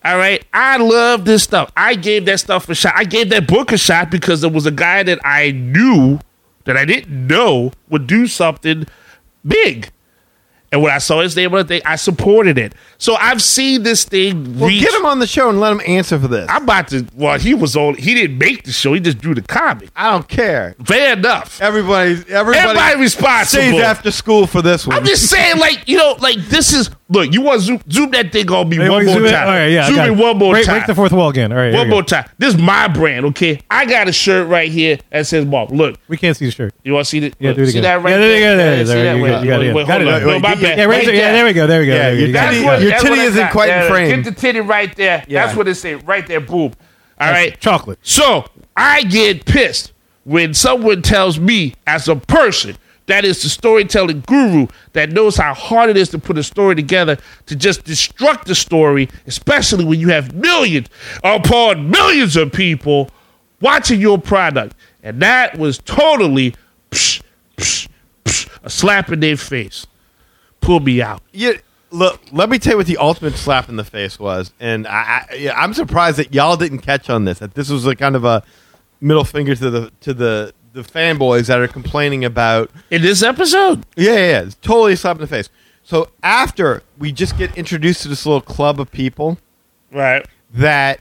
S5: All right. I love this stuff. I gave that stuff a shot. I gave that book a shot because there was a guy that I knew that I didn't know would do something big. And when I saw his name on the thing, I supported it. So I've seen this thing
S3: Well,
S5: reach.
S3: get him on the show and let him answer for this.
S5: I'm about to. Well, he was on. He didn't make the show. He just drew the comic.
S3: I don't care.
S5: Fair enough.
S3: Everybody's everybody,
S5: Everybody responsible.
S3: stays after school for this one.
S5: I'm just saying, like you know, like this is. Look, you want to zoom, zoom that thing on me
S2: Hey,
S5: one
S2: wait,
S5: more
S2: zoom it-
S5: time.
S2: All right, yeah, I
S5: zoom
S2: got
S5: it
S2: it.
S5: one more
S2: break,
S5: time.
S2: Break the fourth wall again. All right, here
S5: One
S2: we
S5: more
S2: go.
S5: time. This is my brand, okay? I got a shirt right here that says Mark. Look,
S2: We can't see the shirt.
S5: you want to see the,
S2: Yeah, do it
S5: See
S2: again.
S5: that right
S2: Yeah, there you go, there it is.
S5: See
S2: All right,
S5: that
S2: you
S5: right
S2: got it, you got it,
S5: Wait,
S2: you
S5: wait,
S2: got it.
S5: hold on.
S3: Wait,
S5: No, my
S3: you-
S5: bad.
S2: Yeah, right there. yeah, there we go. There we go. there we go.
S3: you
S2: You
S3: got
S2: got
S5: That's
S2: it.
S3: Titty-
S5: what-
S3: your
S5: that's
S3: titty
S5: what I
S3: isn't
S5: got.
S3: quite in
S5: Yeah,
S3: frame.
S5: Get the titty right there.
S3: Yeah.
S5: That's what it says right there. Boom. All
S2: That's
S5: right.
S2: chocolate.
S5: So I get pissed when someone tells me, as a person that is the storytelling guru that knows how hard it is to put a story together, to just destruct the story, especially when you have millions upon millions of people watching your product. And that was totally psh, psh, psh, a slap in their face. Pull me out.
S3: You, look, let me tell you what the ultimate slap in the face was, and I, I yeah, I'm surprised that y'all didn't catch on this. That this was a kind of a middle finger to the to the the fanboys that are complaining about
S5: In this episode,
S3: Yeah, yeah, yeah. It's totally a slap in the face. So after we just get introduced to this little club of people
S5: Right.
S3: that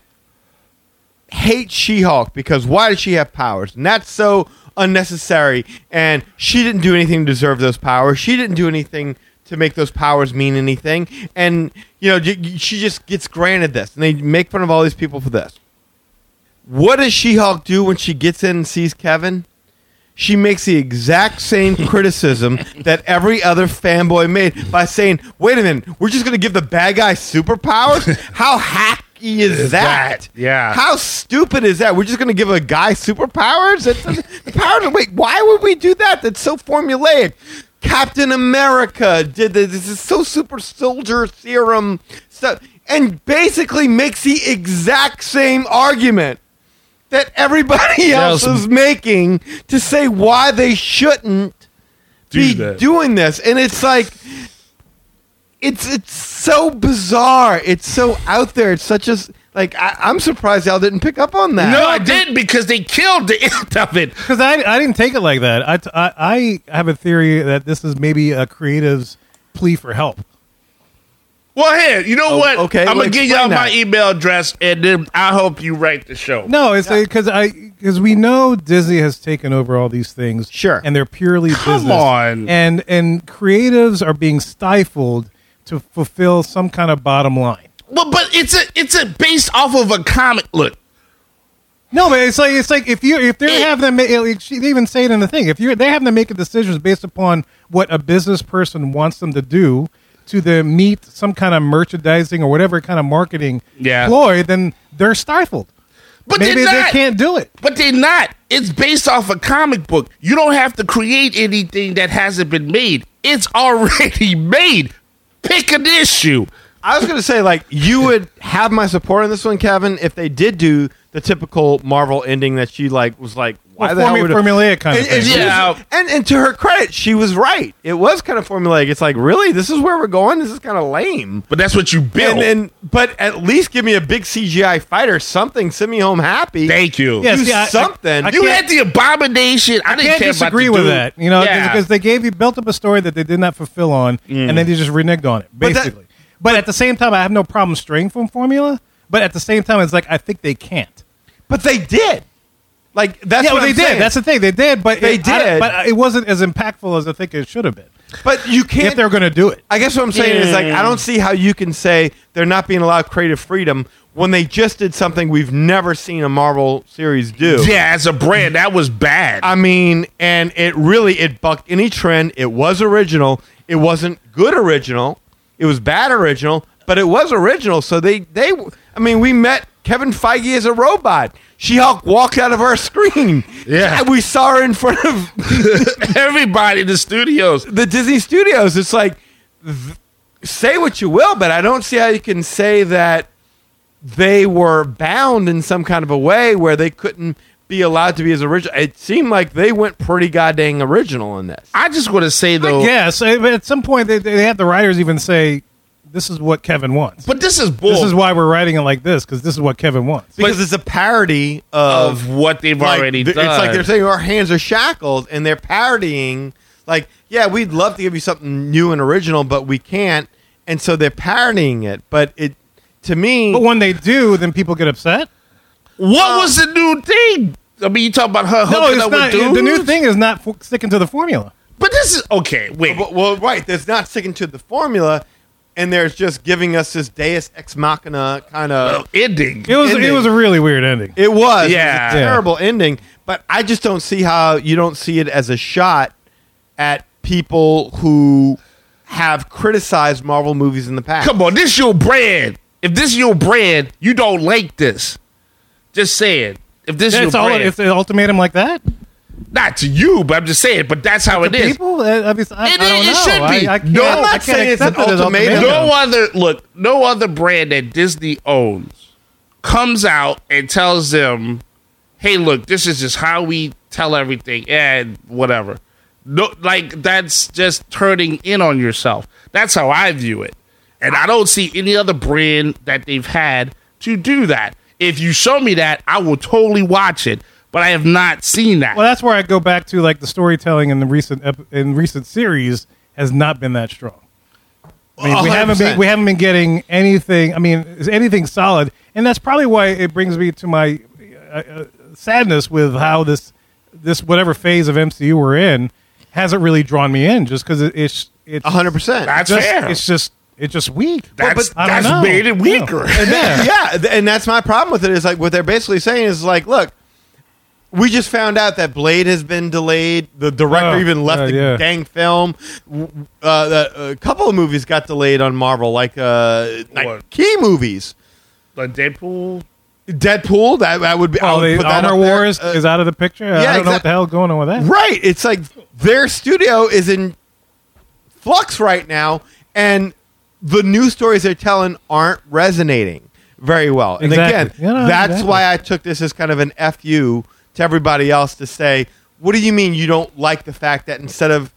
S3: hate She-Hulk because why does she have powers? And that's so unnecessary. And she didn't do anything to deserve those powers. She didn't do anything to make those powers mean anything. And you know, j- j- she just gets granted this, and they make fun of all these people for this. What does She-Hulk do when she gets in and sees Kevin? She makes the exact same *laughs* criticism that every other fanboy made by saying, "Wait a minute, we're just going to give the bad guy *laughs* superpowers? How hacky is that?
S5: yeah.
S3: How stupid is that? We're just going to give a guy superpowers? That doesn't- the powers. Wait, why would we do that? That's so formulaic. Captain America did this. This is so super soldier serum stuff, and basically makes the exact same argument that everybody else
S5: was-
S3: is making to say why they shouldn't be
S5: that.
S3: doing this. And it's like it's it's so bizarre. It's so out there. It's such a s- like I, I'm surprised y'all didn't pick up on that.
S5: No, I didn't because they killed the end of it.
S2: because I, I didn't take it like that. I, t- I- I have a theory that this is maybe a creative's plea for help.
S5: Well, here, you know
S3: Oh,
S5: what?
S3: okay,
S5: I'm
S3: well,
S5: gonna give
S3: explain
S5: y'all my
S3: that.
S5: email address, and then I'll help you write the show.
S2: No, it's because I because we know Disney has taken over all these things,
S3: Sure.
S2: and they're purely
S5: Come
S2: business.
S5: on.
S2: and and creatives are being stifled to fulfill some kind of bottom line.
S5: Well, but it's a it's a based off of a comic. Look,
S2: No, but it's like it's like if you if they
S5: It-
S2: have them, ma- it- like, she- they even say it in the thing. If you they have them making decisions based upon what a business person wants them to do to the meet some kind of merchandising or whatever kind of marketing
S5: Yeah.
S2: ploy, then they're stifled.
S5: But
S2: Maybe
S5: they're
S2: they
S5: not.
S2: can't do it.
S5: But they're not. It's based off a comic book. You don't have to create anything that hasn't been made. It's already *laughs* made. Pick an issue.
S3: I was going to say, like, you would have my support on this one, Kevin, if they did do the typical Marvel ending that she like was like, why
S2: Well,
S3: the hell
S2: formu-
S3: would
S2: formulaic kind of
S3: And- and
S2: thing.
S3: she was-
S5: Yeah.
S3: and and to her credit, she was right. It was kind of formulaic. It's like, really, this is where we're going. This is kind of lame.
S5: But that's what you build.
S3: And and but at least give me a big CGI fight or something. Send me home happy.
S5: Thank you.
S2: Yeah,
S3: do
S2: see, I- I-
S3: something.
S2: I
S5: you
S2: can't-
S5: had the abomination. I didn't
S2: can't
S5: care
S2: disagree
S5: about
S2: with
S5: the dude.
S2: that, you know,
S5: Yeah. Mm.
S2: because they gave you built up a story that they did not fulfill on, and then they just reneged on it,
S3: But that-
S2: basically. But, at the same time, I have no problem straying from formula. But at the same time, it's like I think they can't.
S3: but they did. Like that's
S2: yeah,
S3: what
S2: well, they
S3: I'm
S2: did.
S3: saying.
S2: That's the thing. They did, but
S3: They
S2: it- I-
S3: did.
S2: but it wasn't as impactful as I think it should have been.
S3: but you can't.
S2: If they're Mm. going to do it,
S3: I guess what I'm saying is like I don't see how you can say they're not being allowed creative freedom when they just did something we've never seen a Marvel
S2: *laughs*
S3: series do.
S5: Yeah, as a brand, that was bad.
S3: I mean, and it really it bucked any trend. It was original. It wasn't good original. It was bad original, but it was original. So they they I mean, we met Kevin Feige as a robot. She-Hulk walked out of our *laughs* screen.
S5: Yeah.
S3: And we saw her in front of
S5: *laughs* Everybody in the studios.
S3: the Disney Studios. It's like th- say what you will, but I don't see how you can say that they were bound in some kind of a way where they couldn't be allowed to be as original. It seemed like they went pretty goddamn original in this.
S5: I just want to say though,
S2: yeah. So eh, but at some point, they, they had the writers even say, "This is what Kevin wants.
S5: but this is bull.
S2: this is why we're writing it like this because this is what Kevin wants."
S3: Because it's a parody of,
S5: of what they've
S3: like,
S5: already
S3: th-
S5: done.
S3: It's like they're saying our hands are shackled and they're parodying like, yeah, we'd love to give you something new and original, but we can't. And so they're parodying it. But it to me
S2: But when they do, then people get upset.
S5: what was the new thing? I mean, you talk about her
S2: Um, No,
S5: hooking
S2: it's
S5: up
S2: not.
S5: with dudes.
S2: The new thing is not f- sticking to the formula.
S5: but this is okay. Wait,
S3: Well, well, right. There's not sticking to the formula, and there's just giving us this Deus ex machina kind of.
S5: Uh, ending.
S2: It was it
S3: ending.
S2: was a really weird ending.
S3: It was. It
S5: Yeah.
S3: was a terrible ending. But I just don't see how you don't see it as a shot at people who have criticized Marvel movies in the past.
S5: Come on, this is your brand. If this is your brand, you don't like this. Just saying. If this is
S2: That's
S5: your
S2: all.
S5: brand,
S2: It's an ultimatum like that.
S5: not to you, but I'm just saying. But that's how it is.
S2: People, I, I mean, I,
S5: It-
S2: I don't
S5: it
S2: know.
S5: should be.
S2: I, I can't,
S5: No,
S2: I
S5: I'm not
S2: can't
S3: saying it's
S2: accept
S3: an
S2: it as
S3: ultimatum.
S5: No other look, no other brand that Disney owns comes out and tells them, "Hey, look, this is just how we tell everything and whatever." No, like that's just turning in on yourself. That's how I view it, and I don't see any other brand that they've had to do that. If you show me that, I will totally watch it, but I have not seen that.
S2: Well, that's where I go back to like the storytelling in the recent ep- in recent series has not been that strong. I mean, we haven't been
S3: 100%.
S2: we haven't been getting anything. I mean, is anything solid, and that's probably why it brings me to my uh, uh, sadness with how this this whatever phase of MCU we're in hasn't really drawn me in, just because it, it's it's
S3: 100%.
S5: that's
S2: just,
S5: fair.
S2: It's just it's just weak.
S5: that's
S2: I don't
S5: that's
S2: know.
S5: made it
S2: Yeah.
S3: *laughs*
S5: weaker. *laughs*
S3: yeah. th- and that's my problem with it is like what they're basically saying is like, look, we just found out that Blade has been delayed. The director
S2: Oh,
S3: even left
S2: yeah,
S3: the
S2: yeah.
S3: dang film. W- Uh, the, a couple of movies got delayed on Marvel, like, uh, like
S5: What?
S3: key movies.
S5: Like Deadpool.
S3: Deadpool, that, that would be. I
S2: Oh,
S3: would
S2: the
S3: put that
S2: Armor
S3: up there.
S2: Wars
S3: Uh,
S2: is out of the picture. I
S3: yeah,
S2: don't know
S3: exact-
S2: what the hell going on with that.
S3: Right. It's like their studio is in flux right now, and the news stories they're telling aren't resonating very well. And
S2: Exactly.
S3: again,
S2: Yeah, no,
S3: that's
S2: exactly.
S3: why I took this as kind of an FU to everybody else to say, what do you mean you don't like the fact that instead of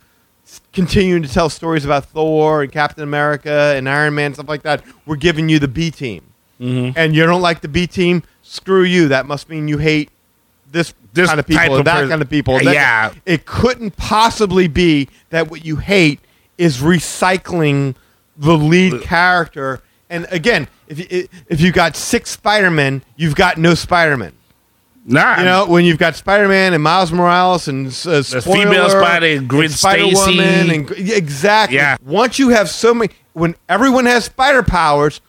S3: s- continuing to tell stories about Thor and Captain America and Iron Man, stuff like that, we're giving you the B team. And you don't like the B team, screw you. That must mean you hate this,
S5: This
S3: kind of
S5: type
S3: people, or
S5: of
S3: that
S5: person.
S3: kind of people. that-
S5: Yeah.
S3: it couldn't possibly be that what you hate is recycling the lead character. And again, if you, if you got six Spider-Men, you've got no Spider-Man.
S5: Nah,
S3: You know, when you've got Spider-Man and Miles Morales and uh, Spoiler,
S5: female Spider, Gwen Stacy.
S3: Spider-Woman and exactly.
S5: Yeah.
S3: Once you have so many when everyone has spider powers,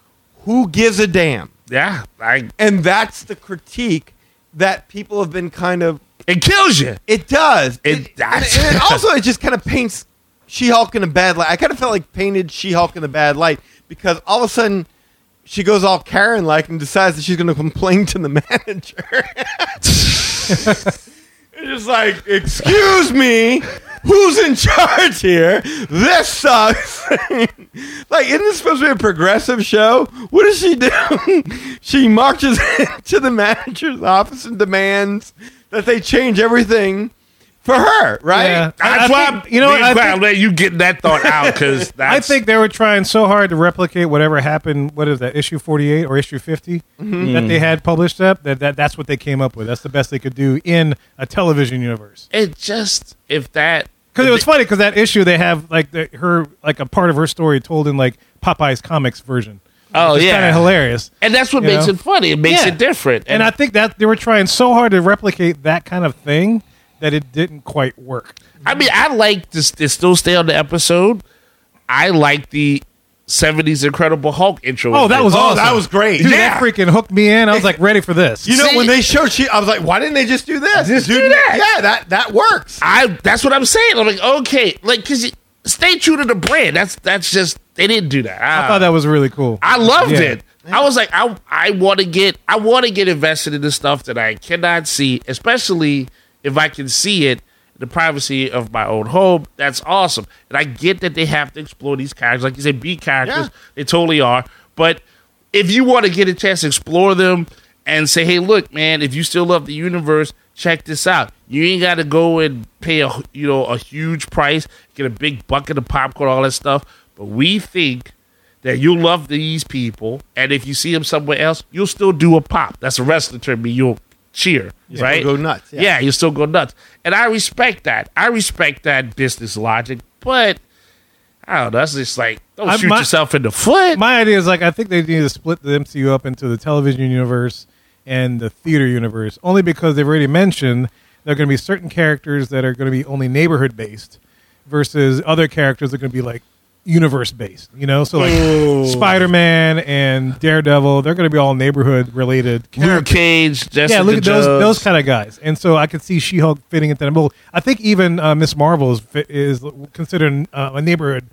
S3: who gives a damn?
S5: yeah, I,
S3: And that's the critique that people have been kind of
S5: it kills you.
S3: It does.
S5: It-
S3: It, and, and it also it just kind of paints She-Hulk in a bad light. I kind of felt like painted She-Hulk in a bad light because all of a sudden she goes all Karen like and decides that she's going to complain to the *laughs* manager. It's just like, excuse me, who's in charge here? This sucks. *laughs* like, isn't this supposed to be a progressive show? What does she do? *laughs* she marches *laughs* into the manager's office and demands that they change everything for her, right?
S2: Yeah. I- I
S5: That's why
S2: think- you know what, I
S5: I'm
S2: think-
S5: glad that you get that thought out because
S2: *laughs* I think they were trying so hard to replicate whatever happened. What is that issue forty eight or issue 50 that they had published up? That, that that's what they came up with. That's the best they could do in a television universe.
S5: it just if that
S2: Because it was funny because that issue they have like the, her like a part of her story told in like Popeye's comics version.
S5: Oh,
S2: It's
S5: yeah.
S2: kind of hilarious.
S5: and that's what
S2: You
S5: makes
S2: know?
S5: it funny. It makes
S2: Yeah.
S5: it different.
S2: And I think that they were trying so hard to replicate that kind of thing that it didn't quite work.
S5: I mean, I like this. It still stay on the episode. I like the '70s Incredible Hulk intro.
S2: Oh, that was
S3: Oh,
S2: awesome.
S3: that was great.
S2: Dude, that
S5: Yeah.
S2: freaking hooked me in. I was like ready for this.
S5: *laughs*
S3: You know,
S5: See-
S3: when they showed she, I was like, why didn't they just do this?
S5: Just do
S3: Dude,
S5: that.
S3: Yeah, that, that works.
S5: I. That's what I'm saying. I'm like, okay, like because stay true to the brand. That's that's just they didn't do that.
S2: I thought that was really cool.
S5: I loved
S2: Yeah.
S5: it. I was like, I I want to get I want to get invested in the stuff that I cannot see, especially if I can see it in the privacy of my own home. That's awesome, and I get that they have to explore these characters, like you said, B characters.
S3: Yeah.
S5: They totally are. But if you want to get a chance to explore them and say, hey, look, man, if you still love the universe, check this out. You ain't got to go and pay a you know a huge price, get a big bucket of popcorn, all that stuff. But we think that you love these people, and if you see them somewhere else, you'll still do a pop. That's a wrestling term. mean, You'll cheer, right?
S3: go nuts, yeah.
S5: yeah, you'll still go nuts, and I respect that. I respect that business logic, but I don't know. That's just like don't
S2: I
S5: shoot
S2: might-
S5: yourself in the foot.
S2: My idea is like I think they need to split the MCU up into the television universe and the theater universe, only because they've already mentioned there are going to be certain characters that are going to be only neighborhood based, versus other characters that are going to be like universe based. You know, so like Spider Man and Daredevil, they're going to be all neighborhood related.
S5: Luke Cage, Jessica
S2: yeah, look at those
S5: Jones.
S2: those kind of guys. And so I could see She Hulk fitting into that mold. I think even uh, Miss Marvel is, fi- is considered uh, a neighborhood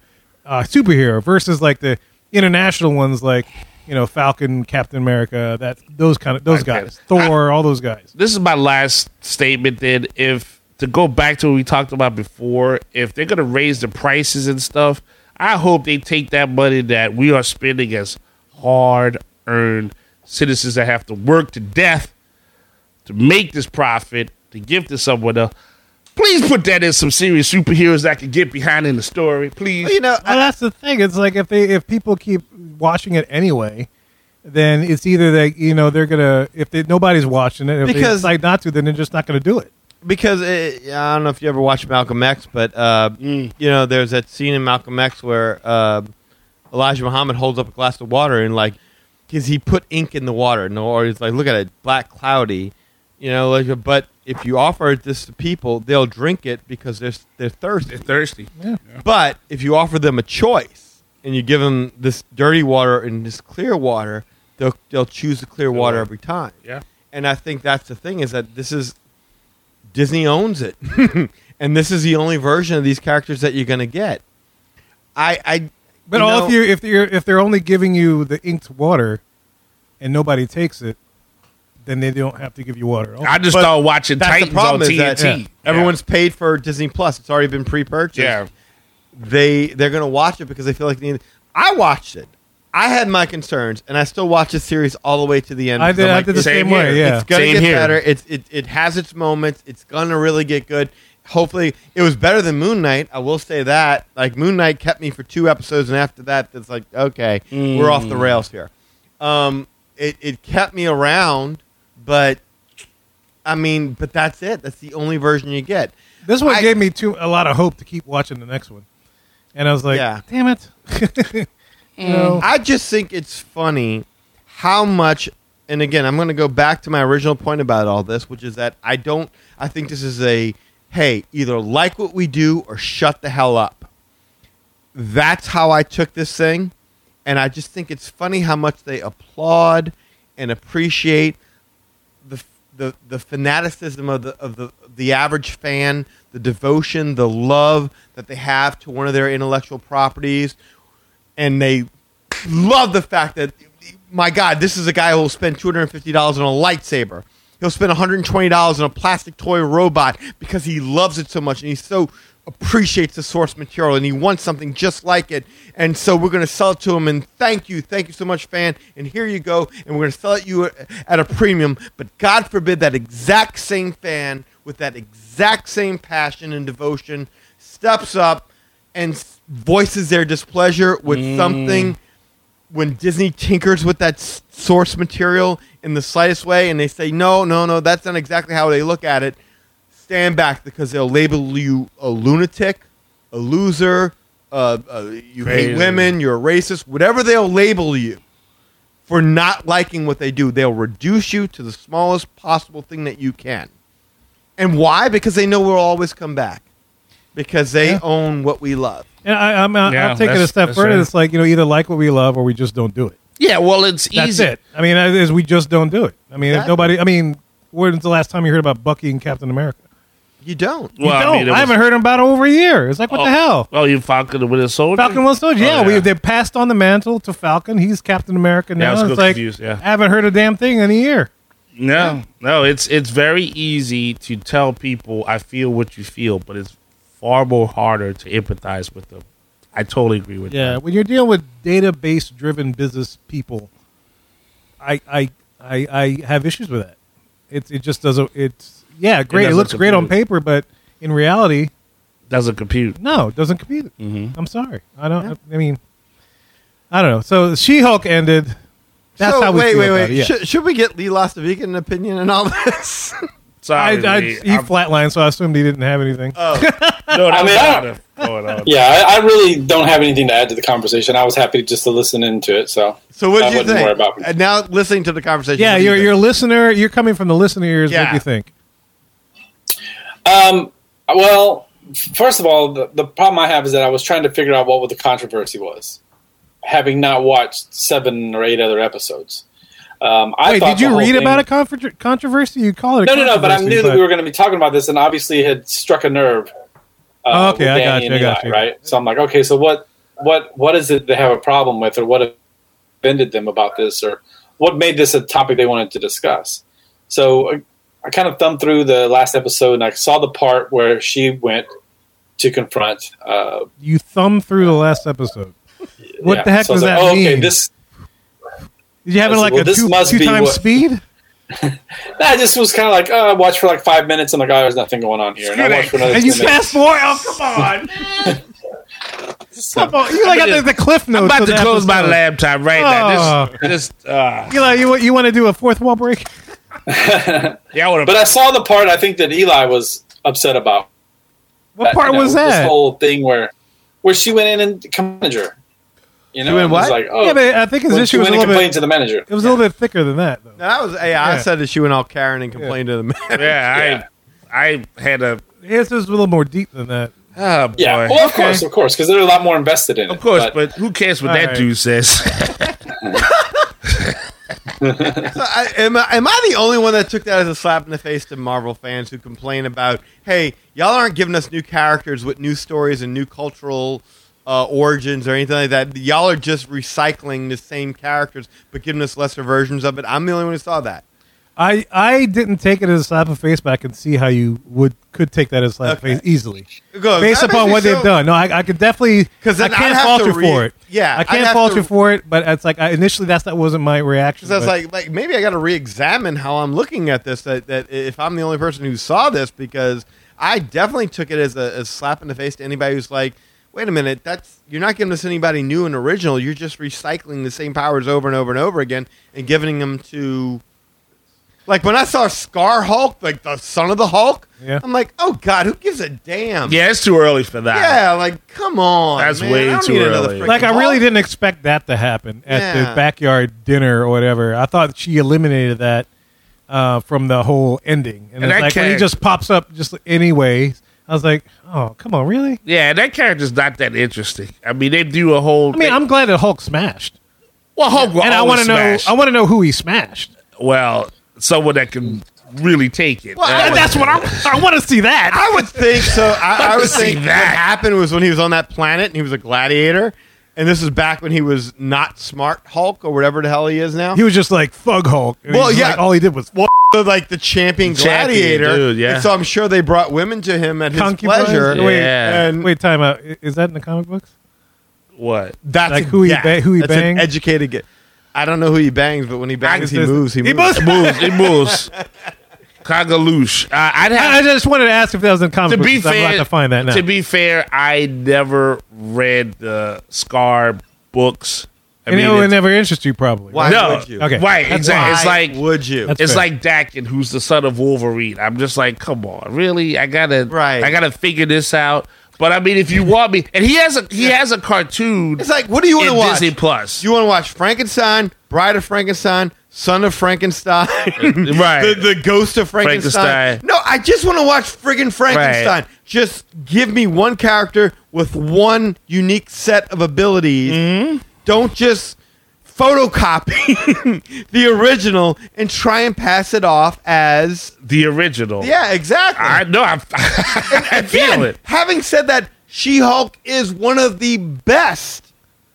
S2: uh, superhero versus like the international ones like you know Falcon, Captain America, that those kind of those
S5: Okay.
S2: guys, Thor, all those guys.
S5: this is my last statement then if to go back to what we talked about before if they're going to raise the prices and stuff i hope they take that money that we are spending as hard earned citizens that have to work to death to make this profit to give to someone else please put that in some serious superheroes that I could get behind in the story please
S3: You know,
S2: Well, that's the thing. It's like if they if people keep watching it anyway. Then it's either they, you know, they're gonna if they, nobody's watching it, if
S3: Because-
S2: they decide not to, then they're just not gonna do it.
S3: because it, I don't know if you ever watched Malcolm X, but uh, you know, there's that scene in Malcolm X where uh, Elijah Muhammad holds up a glass of water and like, because he put ink in the water, no, or he's like, look at it, black cloudy, you know, like. But if you offer this to people, they'll drink it because they're they're thirsty.
S5: they're thirsty
S3: But if you offer them a choice and you give them this dirty water and this clear water, they'll they'll choose the clear water every time.
S5: yeah
S3: And I think that's the thing is that this is Disney owns
S5: *laughs*
S3: it. and this is the only version of these characters that you're going to get. I I
S2: But
S3: you
S2: all
S3: know,
S2: if you if you're if they're only giving you the inked water, and nobody takes it, then they don't have to give you water. at all.
S5: i just
S3: But
S5: started watching
S3: that's
S5: titans
S3: the problem
S5: on
S3: is
S5: tnt
S3: that everyone's paid for Disney Plus. It's already been pre-purchased.
S5: yeah
S3: They they're going to watch it because they feel like they need I watched it. I had my concerns and I still watch this series all the way to the end.
S2: I
S3: because
S2: did.
S3: I'm
S2: I
S3: like,
S2: did the same,
S5: same here.
S2: way. Yeah.
S3: It's gonna
S5: Same
S3: get
S5: here.
S3: better. It's it, it has its moments. It's gonna really get good. Hopefully, it was better than Moon Knight. I will say that. Like Moon Knight kept me for two episodes, and after that, it's like okay, we're off
S5: Mm.
S3: the rails here. Um, it it kept me around, but I mean, but that's it. That's the only version you get.
S2: This one
S3: I-
S2: gave me too a lot of hope to keep watching the next one, and I was like,
S3: Yeah.
S2: damn it. You know?
S3: I just think it's funny how much, and again, I'm going to go back to my original point about all this, which is that I don't, I think this is a, hey, either like what we do or shut the hell up. That's how I took this thing. And I just think it's funny how much they applaud and appreciate the the the fanaticism of the of the the average fan, the devotion, the love that they have to one of their intellectual properties, and they love the fact that my God, this is a guy who will spend two hundred and fifty dollars on a lightsaber. He'll spend one hundred and twenty dollars on a plastic toy robot because he loves it so much and he so appreciates the source material and he wants something just like it. And so we're going to sell it to him. And thank you, thank you so much, fan. And here you go. And we're going to sell it you at a premium. But God forbid that exact same fan with that exact same passion and devotion steps up and s- voices their displeasure with something when Disney tinkers with that s- source material in the slightest way and they say, no, no, no, that's not exactly how they look at it, stand back because they'll label you a lunatic, a loser, uh, uh, you hate
S5: Crazy.
S3: women, you're a racist, whatever they'll label you for not liking what they do. They'll reduce you to the smallest possible thing that you can. And why? Because they know we'll always come back. Because they own what we love.
S2: And I, I'm, uh,
S5: Yeah,
S2: I'll take it a
S5: that's-
S2: step
S5: that's
S2: further.
S5: right.
S2: It's like you know, either like what we love or we just don't do it.
S5: Yeah, well, it's
S2: That's
S5: easy.
S2: it. I mean, is we just don't do it. I mean, if
S3: Exactly.
S2: nobody. I mean, when's the last time you heard about Bucky and Captain America?
S3: You don't.
S2: You
S5: Well,
S2: don't. I,
S5: mean, it was-
S2: haven't heard about it over a year. It's like what the hell?
S5: Oh, you Falcon the Winter Soldier.
S2: Falcon was Soldier. Yeah,
S5: Oh,
S2: we
S5: yeah.
S2: they passed on the mantle to Falcon. He's Captain America now.
S5: Yeah, I was a
S2: it's
S5: little
S2: like
S5: confused, yeah.
S2: I haven't heard a damn thing in a year.
S5: No, no, it's it's very easy to tell people I feel what you feel, but it's far more harder to empathize with them. I totally agree with
S2: Yeah,
S5: that.
S2: when you're dealing with database driven business people, I, I I I have issues with that. It it just doesn't. It's yeah, great. It,
S5: doesn't
S2: looks great on
S5: compute.
S2: paper, but in reality,
S5: Doesn't compute.
S2: no, it doesn't compute. it.
S5: Mm-hmm.
S2: I'm sorry. I don't. I mean, I don't know. So She Hulk ended. That's
S3: so,
S2: how we
S3: wait,
S2: feel
S3: wait,
S2: about
S3: wait.
S2: it, yeah.
S3: Should, should we get Lee Lostovic an opinion and all this? *laughs*
S2: I,
S5: Sorry,
S2: I,
S5: Lee.
S2: he
S5: I'm-
S2: flatlined, so I assumed he didn't have anything.
S5: no, that
S8: I mean,
S5: was
S8: I-
S5: kind of going on.
S8: Yeah, I, I really don't have anything to add to the conversation. I was happy just to listen into it. So,
S3: so what
S8: I
S3: did you
S8: wouldn't
S3: think?
S8: worry about me.
S3: And now listening to the conversation.
S2: yeah,
S3: what do
S2: you're
S3: you
S2: you're a
S3: think?
S2: listener. You're coming from the listener ears. What
S3: Yeah.
S2: do you think?
S8: Um, well, first of all, the, the problem I have is that I was trying to figure out what the controversy was, having not watched seven or eight other episodes. Um, I
S2: Wait,
S8: thought
S2: did you
S8: the whole
S2: read
S8: thing-
S2: about a contro- controversy? You call it a
S8: No, no, no. But I
S2: controversy,
S8: knew that we were going to be talking about this, and obviously it had struck a nerve. uh,
S2: Oh, okay,
S8: with
S2: I got
S8: Danny
S2: you,
S8: and
S2: I got you.
S8: Right. So I'm like, okay, so what, what, what is it they have a problem with, or what offended them about this, or what made this a topic they wanted to discuss? So I, I kind of thumbed through the last episode, and I saw the part where she went to confront. Uh,
S2: you thumb through the last episode. What
S8: yeah.
S2: the heck
S8: So I
S2: does
S8: was like,
S2: that
S8: oh,
S2: mean?
S8: Okay, this
S2: Did you have it
S8: I said,
S2: like
S8: well,
S2: a
S8: this
S2: two,
S8: must be
S2: two time
S8: what-
S2: speed?
S8: nah, I just was kind of like, oh, I watched for like five minutes. I'm like, oh, there's nothing going on here, and I watched for another.
S2: And
S8: 10
S2: you fast
S8: minutes.
S2: forward? Oh, come on. come on. You like got
S5: I'm
S2: the,
S5: just-
S2: the cliff notes.
S5: *laughs* I'm about
S2: of
S5: to
S2: the
S5: close my
S2: episode.
S5: laptop right
S2: Oh.
S5: now. This, this, uh,
S2: You, like, you, you want to do a fourth wall break?
S5: yeah, I would
S8: But
S5: have.
S8: I saw the part I think that Eli was upset about.
S2: What part
S8: you know,
S2: was
S8: This
S2: that?
S8: whole thing where where she went in and complained to her. You know,
S3: She went
S8: and was
S3: what?
S8: like, oh,
S2: yeah, but I think his
S8: when
S2: issue
S8: she
S2: was
S8: went
S2: a
S8: and
S2: little
S8: complained
S2: bit.
S8: to the manager.
S2: It was a little bit thicker than that, though.
S3: No, that was, yeah, I
S2: Yeah.
S3: said that she went all Karen and complained to the
S2: *laughs*
S3: man.
S5: Yeah, I, I had a.
S2: His was a little more deep than that.
S5: Oh boy.
S8: Yeah, well, of course, of course, because they're a lot more invested in it.
S5: Of course, but, who cares what that
S2: Alright.
S5: dude says? *laughs*
S3: So I, am, I, am I the only one that took that as a slap in the face to Marvel fans who complain about, hey, y'all aren't giving us new characters with new stories and new cultural uh, origins or anything like that. Y'all are just recycling the same characters but giving us lesser versions of it. I'm the only one who saw that.
S2: I I didn't take it as a slap in the face, but I can see how you would could take that as a slap in the face easily,
S3: Go-
S2: based
S3: that
S2: upon
S3: makes
S2: what
S3: me
S2: they've
S3: so-
S2: done. No, I, I could definitely
S3: 'Cause
S2: I
S3: then I'd
S2: can't
S3: have
S2: fault
S3: to
S2: you
S3: read-
S2: for it.
S3: yeah,
S2: I
S3: I'd
S2: can't
S3: have
S2: fault
S3: to-
S2: you for it, but it's like I, initially that's that wasn't my reaction.
S3: So I was
S2: but-
S3: like, like maybe I got to re-examine how I'm looking at this. That, that if I'm the only person who saw this, because I definitely took it as a, as slap in the face to anybody who's like, "Wait a minute, that's you're not giving us anybody new and original. You're just recycling the same powers over and over and over again and giving them to." Like when I saw Scar Hulk, like the son of the Hulk,
S2: Yeah.
S3: I'm like, "Oh God, who gives a damn?"
S5: yeah, it's too early for that.
S3: yeah, like come on,
S5: That's
S3: man.
S5: way
S3: I don't
S5: too
S3: need another
S5: early.
S3: freaking
S2: Like I really
S3: Hulk.
S2: didn't expect that to happen at
S3: Yeah.
S2: the backyard dinner or whatever. I thought she eliminated that uh, from the whole ending, and,
S5: And
S2: it's
S5: that
S2: like when he
S5: character-
S2: just pops up just anyway. I was like, oh come on, really?
S5: Yeah, that character's not that interesting. I mean, they do a whole.
S2: I mean, I'm glad that Hulk smashed,
S5: well, Hulk will
S2: and I
S5: always
S2: want to know.
S5: smash.
S2: I want to know who he smashed.
S5: well, someone that can really take it.
S3: Well, I-
S5: Uh,
S2: That's what I, I want to see that.
S3: I would think so. I, I would
S5: see
S3: think
S5: that.
S3: what happened was when he was on that planet and he was a gladiator, And this is back when he was not Smart Hulk or whatever the hell he is now.
S2: He was just like Thug Hulk. and he
S3: Well,
S2: was
S3: yeah.
S2: like, all he did was
S3: well, like the champion
S5: Champion,
S3: gladiator.
S5: dude, yeah.
S3: And so I'm sure they brought women to him at his
S2: concubines.
S3: pleasure.
S2: Wait,
S5: Yeah.
S3: And
S2: wait, time out. I- Is that in the comic books?
S5: What?
S3: that's
S2: like who he ba- who he
S3: that's an
S2: banged?
S3: educated. Get- I don't know who he bangs, but when he bangs, he
S2: just-
S3: moves. He moves.
S5: It moves. It moves. Kagaloosh. Uh, I'd
S2: I, I
S5: have
S2: just wanted to ask if that was in comic
S5: to
S2: books.
S5: be
S2: 'cause I'm
S5: fair.
S2: about to find that now.
S5: To be fair, I never read the Scar books. I
S2: and it
S5: it's-
S2: would never interest you, probably.
S3: Why
S2: right?
S5: no.
S3: would you?
S2: Okay.
S5: Right.
S2: That's
S5: Exactly. It's
S3: Why
S5: like
S3: would you?
S2: That's
S5: it's
S2: fair.
S5: like Dakin, who's the son of Wolverine. I'm just like, come on, really? I gotta,
S3: Right.
S5: I gotta figure this out. But I mean, if you want me, and he has a he has a cartoon.
S3: It's like, what do you want to
S5: in
S3: watch?
S5: Disney Plus.
S3: Do you want to watch Frankenstein, Bride of Frankenstein, Son of Frankenstein,
S5: *laughs* Right.
S3: The, the Ghost of Frankenstein.
S5: Frankenstein.
S3: No, I just want to watch friggin' Frankenstein. Just give me one character with one unique set of abilities.
S5: Mm-hmm.
S3: Don't just photocopy *laughs* the original and try and pass it off as
S5: the original.
S3: yeah, exactly.
S5: I know. I, *laughs* I
S3: Again,
S5: feel it.
S3: Having said that, She-Hulk is one of the best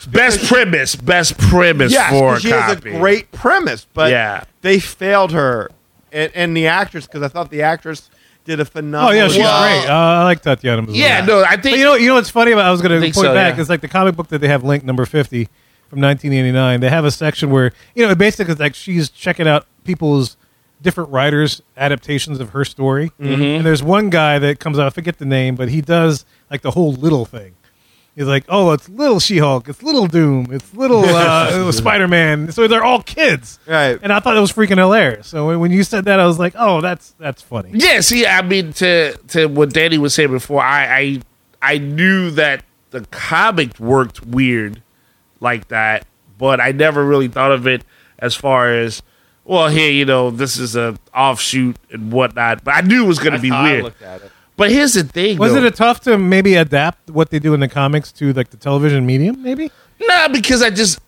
S5: Best premise. Best premise
S3: yes,
S5: for a
S3: she
S5: copy.
S3: has a great premise, but
S5: Yeah.
S3: they failed her and, and the actress because I thought the actress did a
S2: Oh
S3: phenomenal.
S2: yeah, she's
S3: job.
S2: great. Uh, I like Tatiana. Maslany.
S5: yeah, No, I
S2: But
S5: think
S2: you know, you know what's funny about? I was going to
S5: think
S2: point
S5: so,
S2: back.
S5: yeah.
S2: It's like the comic book that they have, Link Number Fifty from 1989. They have a section where you know, it basically, it's like she's checking out people's different writers' adaptations of her story.
S5: Mm-hmm.
S2: And there's one guy that comes out. I forget the name, but he does like the whole little thing. He's like, oh, it's little She-Hulk, it's little Doom, it's little
S5: *laughs*
S2: uh, Spider-Man. So they're all kids,
S3: Right.
S2: And I thought it was freaking hilarious. So when- when you said that, I was like, oh, that's that's funny.
S5: Yeah, see, I mean, to to what Danny was saying before, I I, I knew that the comic worked weird like that, but I never really thought of it as far as well. Here, you know, this is a offshoot and whatnot, but I knew it was going to be
S3: That's how I
S5: weird.
S3: looked at it.
S5: But here's the thing,
S2: Was
S5: though.
S2: it a tough to maybe adapt what they do in the comics to like the television medium? Maybe
S5: nah, because I just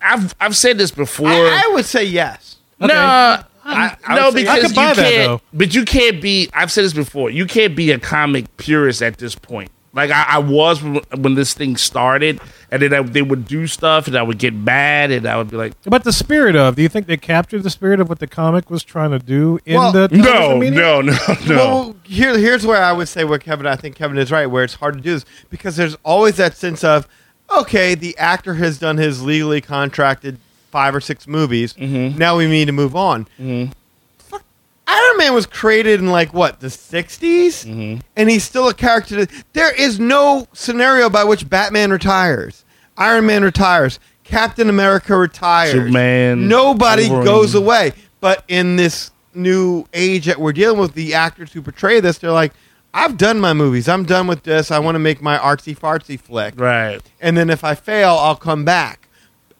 S5: I've I've said this before.
S3: I, I would say yes.
S5: No, I,
S3: I
S5: no,
S3: would say- I
S5: because
S2: could buy
S5: you
S2: that, though.
S5: can't. but you can't be. I've said this before. You can't be a comic purist at this point. Like I, I was when when this thing started, and then I, they would do stuff, and I would get mad, and I would be like,
S2: but the spirit of. Do you think they captured the spirit of what the comic was trying to do in
S3: Well,
S2: the television
S5: "No,
S2: medium?
S5: no, no, no."
S3: *laughs* Well, here, here's where I would say where Kevin, I think Kevin is right, where it's hard to do this because there's always that sense of, okay, the actor has done his legally contracted five or six movies.
S5: Mm-hmm.
S3: Now we need to move on. Fuck, Iron Man was created in like what the '60s,
S5: Mm-hmm.
S3: and he's still a character. That, there is no scenario by which Batman retires, Iron Man retires, Captain America retires,
S5: Superman,
S3: Nobody
S5: Wolverine.
S3: goes away. But in this new age that we're dealing with, the actors who portray this, they're like, I've done my movies. I'm done with this. I want to make my artsy fartsy flick.
S5: right?
S3: And then if I fail, I'll come back.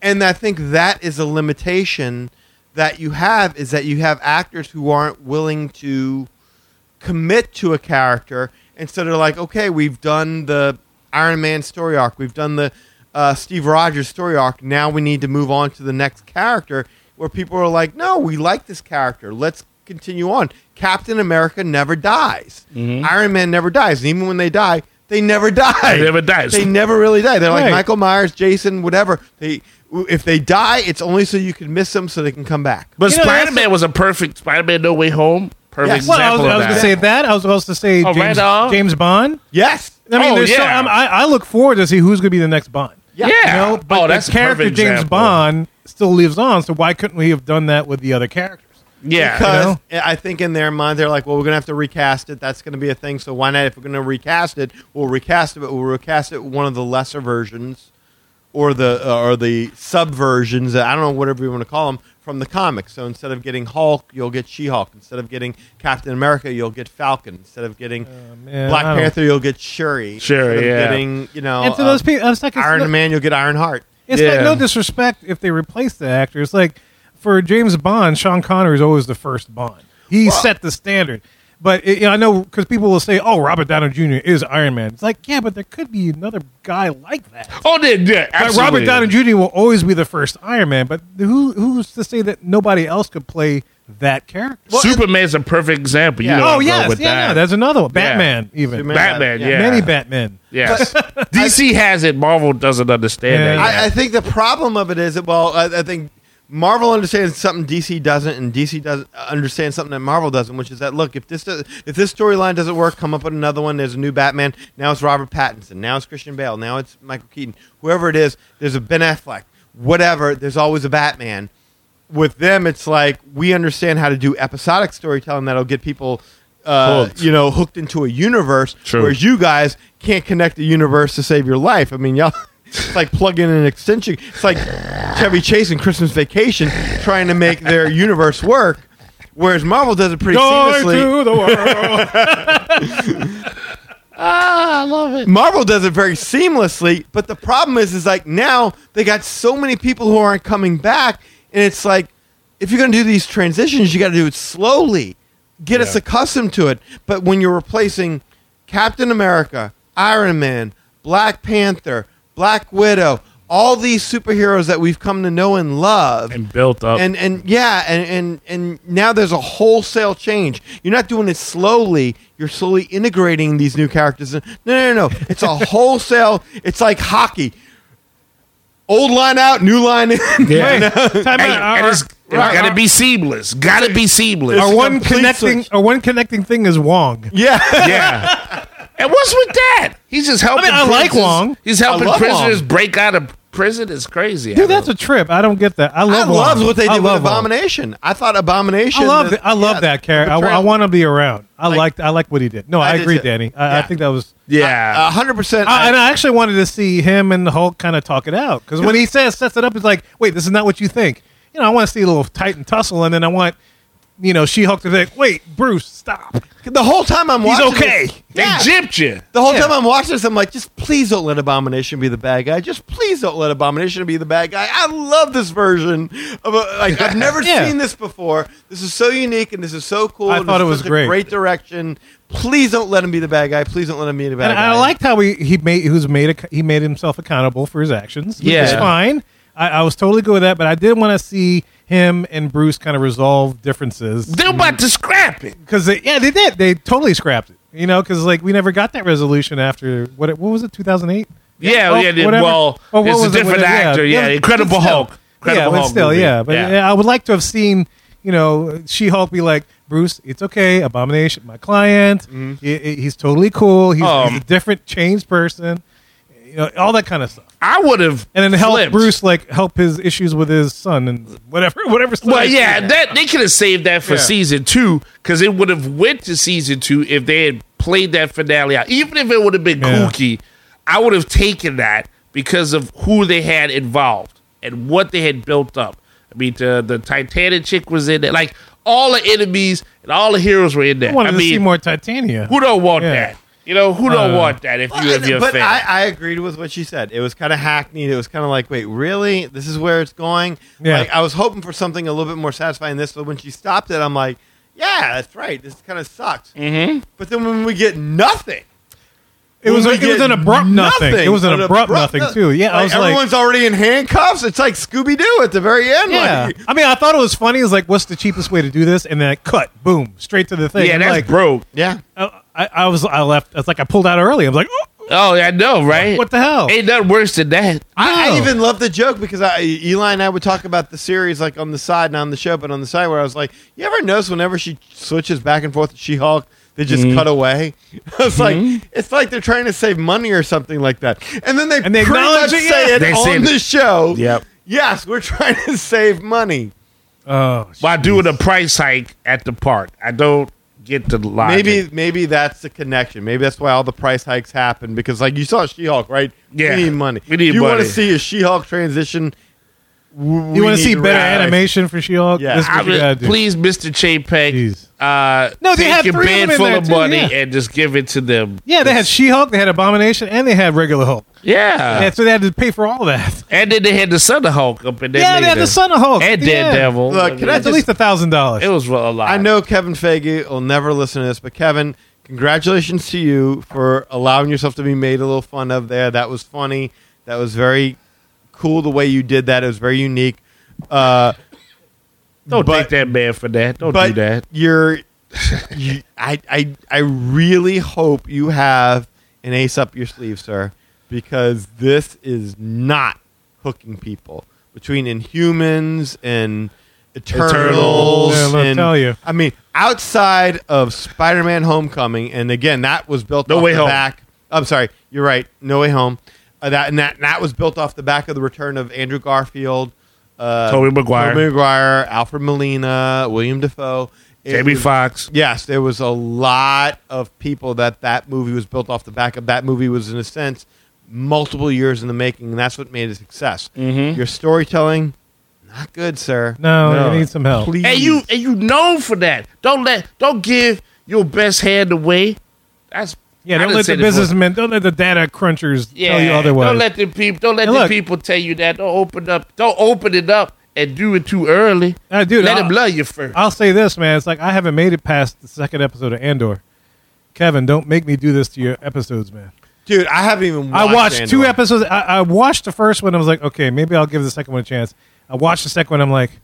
S3: And I think that is a limitation that you have is that you have actors who aren't willing to commit to a character and so they're like okay we've done the iron man story arc we've done the uh, steve rogers story arc now we need to move on to the next character where people are like no we like this character let's continue on captain america never dies iron man never dies and even when they die they never die
S5: Mm-hmm. They never die.
S3: they never really die they're
S2: Right.
S3: like michael myers jason whatever they if they die it's only so you can miss them so they can come back
S2: You
S5: But
S2: know, that's
S5: Spider Man was a perfect Spider Man No Way Home. Perfect
S3: Yes.
S2: Well, I was,
S5: example
S2: I was going
S5: of
S2: to
S5: that.
S2: say that. I was supposed to say
S5: Oh,
S2: James,
S5: right on.
S2: James Bond.
S3: yes
S2: I mean,
S5: Oh,
S2: there's so,
S5: yeah.
S2: I'm, I, I look forward to see who's going to be the next Bond.
S5: yeah.
S2: You know, but
S5: oh, that's
S2: the
S5: a
S2: character
S5: perfect
S2: James
S5: example.
S2: Bond still lives on. So why couldn't we have done that with the other characters?
S5: Yeah,
S3: because
S2: know?
S3: I think in their mind they're like, well, we're gonna have to recast it. That's gonna be a thing. So why not? If we're gonna recast it, we'll recast it, but we'll recast it with one of the lesser versions, or the uh, or the subversions. I don't know whatever you want to call them from the comics. So instead of getting Hulk, you'll get She-Hulk. Instead of getting Captain America, you'll get Falcon. Instead of getting
S2: Oh, man,
S3: Black
S2: I don't-
S3: Panther, you'll get Shuri. Instead
S5: Shuri,
S3: of
S5: yeah.
S3: Getting you know
S5: Oh,
S2: and for those
S3: uh,
S2: people, I was like, it's
S3: Iron
S2: not-
S3: Man, you'll get Ironheart.
S2: It's like
S5: Yeah.
S2: no disrespect if they replace the actor. It's like for James Bond, Sean Connery is always the first Bond. He set the standard. But it, you know, I know because people will say, "Oh, Robert Downey Jr. is Iron Man." It's like, yeah, but there could be another guy like that.
S5: Oh, yeah, yeah,
S2: Like,
S5: absolutely.
S2: Robert Downey Jr. will always be the first Iron Man, but who who's to say that nobody else could play that character.
S5: Superman's a perfect example.
S3: Yeah.
S5: You know
S2: oh
S5: I'm going
S2: yes,
S5: with
S2: yeah,
S5: that.
S2: yeah, that's another one. Batman, even
S3: Superman.
S5: Batman.
S3: Yeah.
S5: Yeah,
S2: many Batmen.
S5: Yes, *laughs* DC has it. Marvel doesn't understand
S2: Yeah.
S5: that. yet.
S3: I, I think the problem of it is that well, I, I think Marvel understands something DC doesn't, and DC doesn't understand something that Marvel doesn't, which is that look, if this does, if this storyline doesn't work, come up with another one. There's a new Batman. Now it's Robert Pattinson. Now it's Christian Bale. Now it's Michael Keaton. Whoever it is, there's a Ben Affleck. Whatever. There's always a Batman. With them, it's like we understand how to do episodic storytelling that'll get people. Uh,
S5: Hooked.
S3: you know, hooked into a universe,
S5: True.
S3: whereas you guys can't connect the universe to save your life. I mean, y'all, *laughs* it's like plugging in an extension. It's like Chevy Chase and Christmas Vacation trying to make their universe work, whereas Marvel does it pretty seamlessly.
S2: Joy to the
S5: *laughs*
S2: world.
S3: Marvel does it very seamlessly, but the problem is, is like now they got so many people who aren't coming back, and it's like if you're going to do these transitions, you got to do it slowly, get us accustomed to it. But when you're replacing Captain America, Iron Man, Black Panther, Black Widow, all these superheroes that we've come to know and love,
S5: and built up.
S3: and and yeah and and and now there's a wholesale change you're not doing it slowly you're slowly integrating these new characters in. no no no no.
S2: *laughs*
S3: it's a wholesale it's like hockey old line out new
S2: *laughs*
S3: line in
S5: yeah.
S2: Time
S5: Hey,
S2: out.
S5: and
S2: Our-
S5: it's, it's
S2: our-
S5: gotta be seamless. Gotta be seamless.
S2: our one
S3: complete
S2: connecting,
S3: switch.
S2: our one connecting thing is Wong.
S3: *laughs* yeah
S5: yeah. And what's with that? He's just helping.
S2: I like
S5: prisoners-
S2: Wong.
S5: He's helping
S3: I love
S5: prisoners
S3: Wong.
S5: break out of prison. It's crazy. I
S2: Dude, that's
S5: don't-
S2: a trip. I don't get that. I
S3: *laughs* I
S2: love.
S3: love
S2: Wong.
S3: what they
S2: I
S3: did with
S2: love Wong.
S3: Abomination. I thought Abomination.
S2: I love.
S3: the-
S2: th- I love
S3: yeah,
S2: that
S3: the
S2: character. I,
S3: portrayal-
S2: want to be around. I
S3: Like-
S2: liked. I liked what he did. No,
S3: I
S2: I,
S3: did
S2: agree,
S3: too.
S2: Danny. I, I
S3: Yeah.
S2: think that was.
S5: yeah.
S3: A hundred percent.
S2: I, and I actually wanted to see him and the Hulk kind of talk it out because when he says sets it up, it's like, wait, this is not what you think. You know, I want to see a little tight and tussle, and then I want, you know, She Hulk to be like, wait, Bruce, stop.
S3: The whole time I'm
S2: He's
S3: watching.
S2: okay.
S3: this-
S5: they
S3: Yeah.
S5: gypped you.
S3: The whole time I'm watching this, I'm like, just please don't let Abomination be the bad guy. Just please don't let Abomination be the bad guy. I love this version of a, like I've
S2: *laughs*
S3: never
S2: Yeah.
S3: seen this before. This is so unique and this is so cool.
S2: I
S3: and
S2: thought
S3: this
S2: it
S3: is
S2: was
S3: such a
S2: great.
S3: great direction. Please don't let him be the bad guy. Please don't let him be the bad
S2: And
S3: guy.
S2: I liked how he he made who's made a, he made himself accountable for his actions. Which
S5: Yeah.
S2: is fine. I, I was totally good with that, but I did want to see him and Bruce kind of resolve differences
S5: They're about to scrap it.
S2: because they, yeah, they did. They totally scrapped it. You know, because like we never got that resolution after what it- what was it two thousand eight.
S5: Yeah,
S2: Oh,
S5: yeah. they-
S2: whatever.
S5: Well,
S2: Oh, what
S5: it's a
S2: was it
S5: different
S2: with it?
S5: actor. Yeah,
S2: but
S5: Incredible
S2: still.
S5: Hulk. Incredible
S2: yeah, but
S5: Hulk
S2: still,
S5: movie.
S2: yeah. But yeah, I would like to have seen, you know, She Hulk be like, Bruce, it's okay. Abomination, my client. He- he- he's totally cool. He's,
S5: Mm-hmm. Um,
S2: he's a different, changed person. You know, all that kind of stuff.
S5: I would have.
S2: And then help
S5: flipped.
S2: Bruce like help his issues with his son and whatever, *laughs* whatever. stuff
S5: Well,
S2: he-
S5: yeah, that they could have saved that for
S2: Yeah.
S5: season two because it would have went to season two if they had played that finale out. Even if it would have been
S2: Yeah.
S5: kooky, I would have taken that because of who they had involved and what they had built up. I mean, the, the Titanic chick was in it. Like all the enemies and all the heroes were in there.
S2: I
S5: I,
S2: wanted
S5: mean,
S2: to see more Titania.
S5: who don't want
S2: Yeah.
S5: that? You know, who don't
S2: Uh,
S5: want that? If you have your
S3: but
S5: fan,
S3: I, I agreed with what she said. It was kind of hackneyed. It was kind of like, wait, really? This is where it's going?
S2: Yeah.
S3: Like, I was hoping for something a little bit more satisfying than this, but when she stopped it, I'm like, yeah, that's right. This kind of sucks. Mm-hmm. But then when we get nothing,
S2: It was,
S3: when
S2: it
S3: we
S2: was
S3: get
S2: an abrupt nothing. It was an, abrupt,
S3: no-
S2: nothing too. Yeah, I was like,
S3: everyone's already in handcuffs. It's like Scooby Doo at the very end.
S2: Yeah,
S3: Like,
S2: I mean, I thought it was funny. It was like, what's the cheapest way to do this? And then I cut, boom, straight to the thing.
S5: yeah,
S2: I'm
S5: that's
S2: like,
S5: broke.
S3: yeah.
S2: I, I I was, I left. It's like I pulled out early. I was like, oh,
S5: Oh, I know, right?
S2: what the hell? Oh.
S5: Ain't nothing worse than that.
S3: I,
S2: No.
S3: I even love the joke because I, Eli and I would talk about the series like on the side, not on the show, but on the side where I was like, "You ever notice whenever she switches back and forth to She-Hulk, they just
S2: Mm-hmm.
S3: cut away?" *laughs* It's like it's like they're trying to save money or something like that, and then they
S2: And they
S3: pretty much
S2: acknowledge it,
S3: say
S2: yeah.
S3: it
S5: They say
S3: on
S5: it.
S3: the show.
S5: Yep.
S3: Yes, we're *laughs* trying to save money.
S2: Oh, sh-
S5: while doing a price hike at the park. I don't get the logic.
S3: Maybe maybe that's the connection. Maybe that's why all the price hikes happen because like you saw She-Hulk, right?
S5: Yeah.
S3: we need money.
S5: We need
S3: you want
S5: money.
S3: to see a She-Hulk transition? w-
S2: you
S3: we
S2: want to
S3: need
S2: see better
S3: raise.
S2: animation for She-Hulk?
S3: Yeah.
S2: This is what
S5: I
S2: you gotta
S5: would,
S2: do.
S5: please, Mr. Chapek,
S2: Jeez.
S5: uh,
S2: No, they
S5: take
S2: had
S5: your
S2: three of them
S5: band
S2: in
S5: full
S2: there
S5: of
S2: too,
S5: money
S2: yeah.
S5: and just give it to them.
S2: Yeah, they had She-Hulk, they had Abomination, and they had regular Hulk.
S5: Yeah.
S2: yeah, so they had to pay for all that.
S5: And then they had the Son of Hulk up in there.
S2: Yeah, they had
S5: later.
S2: the Son of Hulk
S5: And
S2: yeah.
S5: Daredevil.
S3: Look, can I
S2: That's at least a thousand dollars.
S5: it was a lot.
S3: I know Kevin Feige will never listen to this, but Kevin, congratulations to you for allowing yourself to be made a little fun of there. That was funny. That was very cool the way you did that. It was very unique. Uh,
S5: Don't
S3: But-
S5: take that man for that. Don't
S3: but
S5: do that.
S3: you're, *laughs* you, I, I, I really hope you have an ace up your sleeve, sir, because this is not hooking people between Inhumans and Eternals.
S5: Eternals.
S2: Yeah, let me
S3: and-
S2: tell you.
S3: I mean, outside of Spider-Man: Homecoming, and again, that was built
S5: No
S3: off
S5: Way
S3: the
S5: Home.
S3: back. I'm sorry, you're right. No Way Home. Uh, that and that and that was built off the back of the return of Andrew Garfield. Uh,
S5: Tobey Maguire.
S3: Tobey Maguire, Alfred Molina, William Defoe, It
S5: Jamie
S3: was-
S5: Foxx.
S3: Yes, there was a lot of people that that movie was built off the back of. That movie was, in a sense, multiple years in the making, and that's what made it a success. Your storytelling, not good, sir.
S2: Mm-hmm. No, you need some help.
S3: Please.
S5: And you and you known for that. Don't let don't give your best hand away. That's
S2: Yeah,
S5: I
S2: don't
S5: done
S2: let the
S5: said this before.
S2: businessmen, don't let the data crunchers tell you otherwise.
S5: Don't let the people don't let
S2: And
S5: the
S2: look-
S5: people tell you that. Don't open up don't open it up and do it too early.
S2: Uh, dude,
S5: let
S2: I'll-
S5: him love you first.
S2: I'll say this, man. It's like I haven't made it past the second episode of Andor. Kevin, don't make me do this to your episodes, man.
S3: dude. I haven't even. Watched
S2: I watched two
S3: Andor.
S2: episodes. I, I watched the first one. I was like, okay, maybe I'll give the second one a chance. I watched the second one. I'm like, *laughs*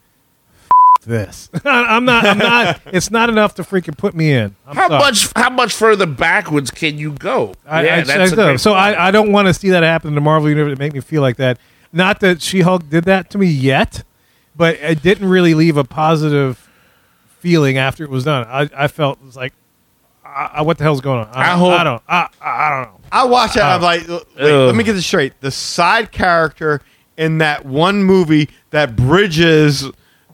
S2: F- this. I'm not. I'm
S5: *laughs*
S2: not. it's not enough to freaking put me in. I'm
S5: how
S2: sorry.
S5: much how much further backwards can you go?
S2: I, I
S5: that's a
S2: checked up.
S5: great
S2: So
S5: point.
S2: I, I don't want to see that happen in the Marvel universe. It make me feel like that. Not that She Hulk did that to me yet, but it didn't really leave a positive feeling after it was done. I, I felt it was like, I, I, what the hell's going on? I,
S5: I hope-
S2: I don't. I, I, I don't know.
S3: I watched that. I'm like, wait, let me get this straight. The side character in that one movie that bridges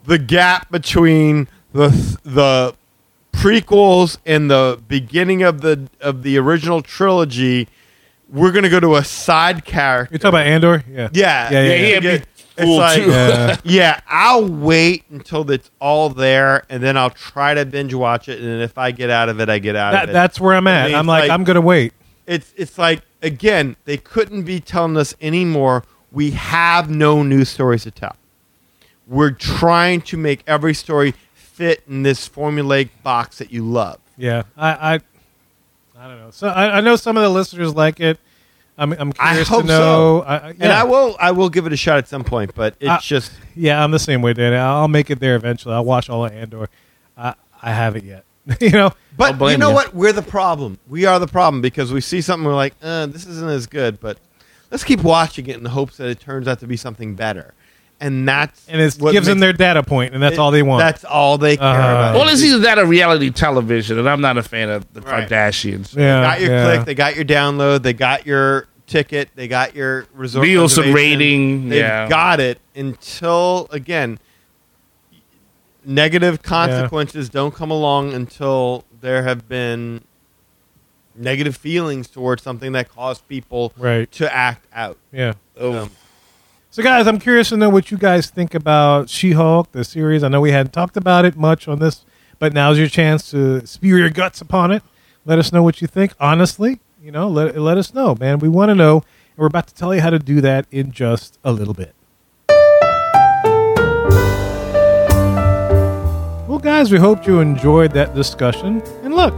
S3: the gap between the the prequels and the beginning of the of the original trilogy. We're gonna go to a side character.
S2: You talking about Andor? Yeah.
S3: Yeah,
S2: Yeah. Yeah.
S5: Yeah,
S2: yeah.
S5: yeah. it'd be
S3: It's like, *laughs* yeah. I'll wait until it's all there, and then I'll try to binge watch it. And if I get out of it, I get out of
S2: That,
S3: it.
S2: that's where I'm at.
S3: mean,
S2: I'm like,
S3: like-
S2: I'm gonna wait.
S3: it's it's like again they couldn't be telling us anymore we have no new stories to tell we're trying to make every story fit in this formulaic box that you love
S2: Yeah. I, I, I don't know. So I, I know some of the listeners like it. I'm, I'm
S3: i
S2: curious
S3: hope
S2: to know.
S3: so
S2: I, I-
S3: and
S2: yeah.
S3: i will i will give it a shot at some point but it's
S2: Uh,
S3: just
S2: Yeah, I'm the same way, Danny. I'll make it there eventually. I'll watch all of Andor. I I haven't yet. *laughs* you know,
S3: but you
S5: blame
S3: know
S5: you.
S3: what we're the problem we are the problem because we see something we're like uh, this isn't as good but let's keep watching it in the hopes that it turns out to be something better and that's
S2: and it
S3: what
S2: gives them
S3: makes-
S2: their data point, and that's all they want.
S3: that's all they care
S2: Uh,
S3: about
S5: well, it's either that or reality television, and I'm not a fan of the
S3: Right.
S5: Kardashians.
S2: yeah,
S3: got your
S2: yeah.
S3: click, they got your download, they got your ticket, they got your resort
S5: Nielsen
S3: reservation.
S5: rating,
S3: They've
S5: yeah.
S3: got it until again negative consequences don't come along until there have been negative feelings towards something that caused people
S2: Right.
S3: to act out.
S2: yeah.
S5: Oh.
S3: Um,
S2: So, guys, I'm curious to know what you guys think about She-Hulk, the series. I know we hadn't talked about it much on this, but now's your chance to spew your guts upon it. Let us know what you think. Honestly, you know, let let us know, man. We want to know, and we're about to tell you how to do that in just a little bit. Well, guys, we hope you enjoyed that discussion. And look,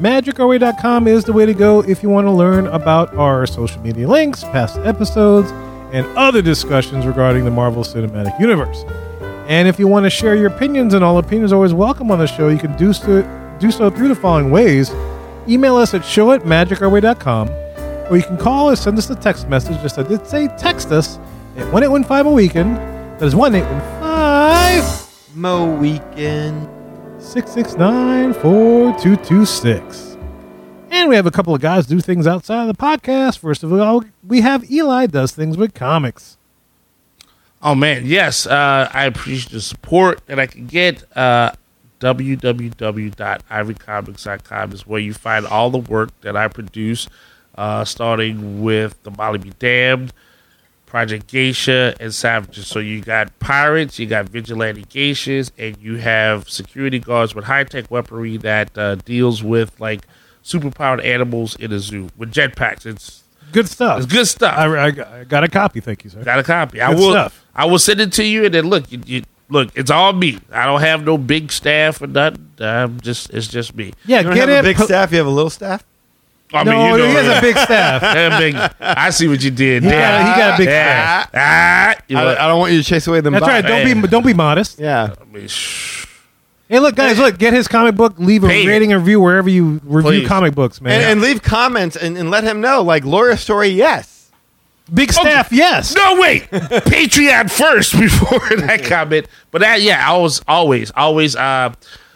S2: magicourway.com is the way to go if you want to learn about our social media links, past episodes, and other discussions regarding the Marvel Cinematic Universe. And if you want to share your opinions, and all opinions are always welcome on the show, you can do so, do so through the following ways. Email us at show at magicourway.com, or you can call or send us a text message. Just I did say text us at 1815 a weekend. That is 1815.
S3: Mo weekend.
S2: 669 4226. And we have a couple of guys do things outside of the podcast. First of all, we have Eli does things with comics.
S5: Oh man, yes. Uh, I appreciate the support that I can get. Uh, www.ivycomics.com is where you find all the work that I produce, uh, starting with The Molly Be Damned, Project Geisha, and Savages. So you got pirates, you got vigilante geishas, and you have security guards with high tech weaponry that uh, deals with like superpowered animals in a zoo with jetpacks. It's
S2: Good stuff.
S5: it's good stuff.
S2: I, I- I got a copy. Thank you, sir.
S5: Got a copy. I
S2: Good
S5: will.
S2: stuff.
S5: I will send it to you, and then look. You, you, look, it's all me. I don't have no big staff or nothing. I'm just. It's just me.
S2: yeah,
S3: You don't
S2: get
S3: have
S2: it.
S3: a big
S2: Po-
S3: staff, you have a little staff?
S5: I mean,
S2: No,
S5: you know,
S2: he has a big
S3: *laughs*
S2: staff.
S5: *laughs* that big- I see what you did.
S2: He
S5: there.
S2: got a- he got a big staff.
S5: Yeah. Ah, you
S3: I,
S5: know,
S3: I don't want you to chase away the.
S2: That's right. Don't be don't be modest.
S3: Yeah.
S5: I mean, shh.
S2: Hey, look, guys, look, get his comic book. Leave a
S5: Pay it.
S2: rating and review wherever you review
S5: Please.
S2: comic books, man.
S3: And, and leave comments and, and let him know. Like Laura story, yes.
S2: big staff, yes. *laughs*
S5: No, wait. Patreon first *laughs* before that comment. But that, yeah, I was always, always. Uh,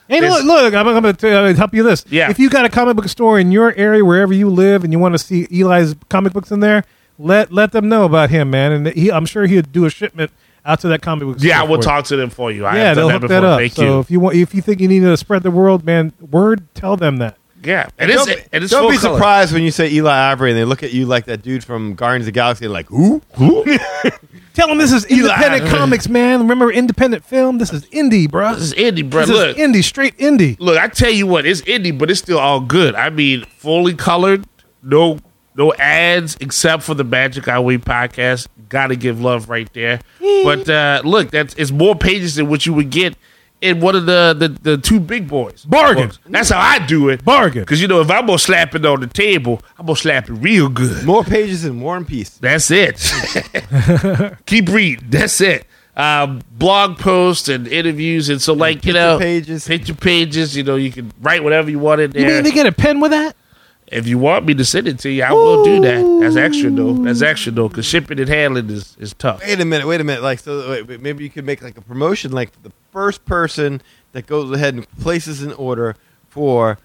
S2: Hey,
S5: There's-
S2: look, look, I'm, I'm going to help you this.
S5: Yeah.
S2: If you got a comic book store in your area, wherever you live, and you want to see Eli's comic books in there, let let them know about him, man. And he, I'm sure he'd do a shipment out to that comic book.
S5: yeah, I
S2: store
S5: will
S2: for
S5: talk to them for you. I
S2: You. Yeah,
S5: have
S2: they'll
S5: done that
S2: hook
S5: before.
S2: that up.
S5: Thank
S2: so
S5: you.
S2: if you want, if you think you need to spread the word, man, word, tell them that.
S5: Yeah, and it's
S3: don't
S5: and it's
S3: don't
S5: full
S3: be
S5: color.
S3: surprised when you say Eli Ivory and they look at you like that dude from Guardians of the Galaxy. and Like who? Who?
S2: Tell them this is
S5: *laughs*
S2: independent comics, man. Remember, independent film. This is indie, bro.
S5: This is indie, bro.
S2: This is
S5: Look,
S2: indie, straight indie.
S5: look. I tell you what, it's indie, but it's still all good. I mean, fully colored, no, no ads except for the Magic Highway podcast. Got to give love right there. but uh, look, that's it's more pages than what you would get in one of the the, the two big boys
S2: Bargain.
S5: Books. That's how I do it.
S2: Bargain.
S5: Because you know, if I'm gonna slap it on the table, I'm gonna slap it real good.
S3: More pages in War and Peace.
S5: That's it.
S3: *laughs*
S5: Keep reading. That's it. Um, blog posts and interviews, and so like you know,
S3: pages.
S5: picture pages. You know, you can write whatever you want in
S2: You
S5: there.
S2: mean they get a pen with that?
S5: if you want me to send it to you, I will do that. That's extra though. That's extra though, because shipping and handling is is tough.
S3: Wait a minute. Wait a minute. Like so, wait, wait, maybe you could make like a promotion. Like the first person that goes ahead and places an order for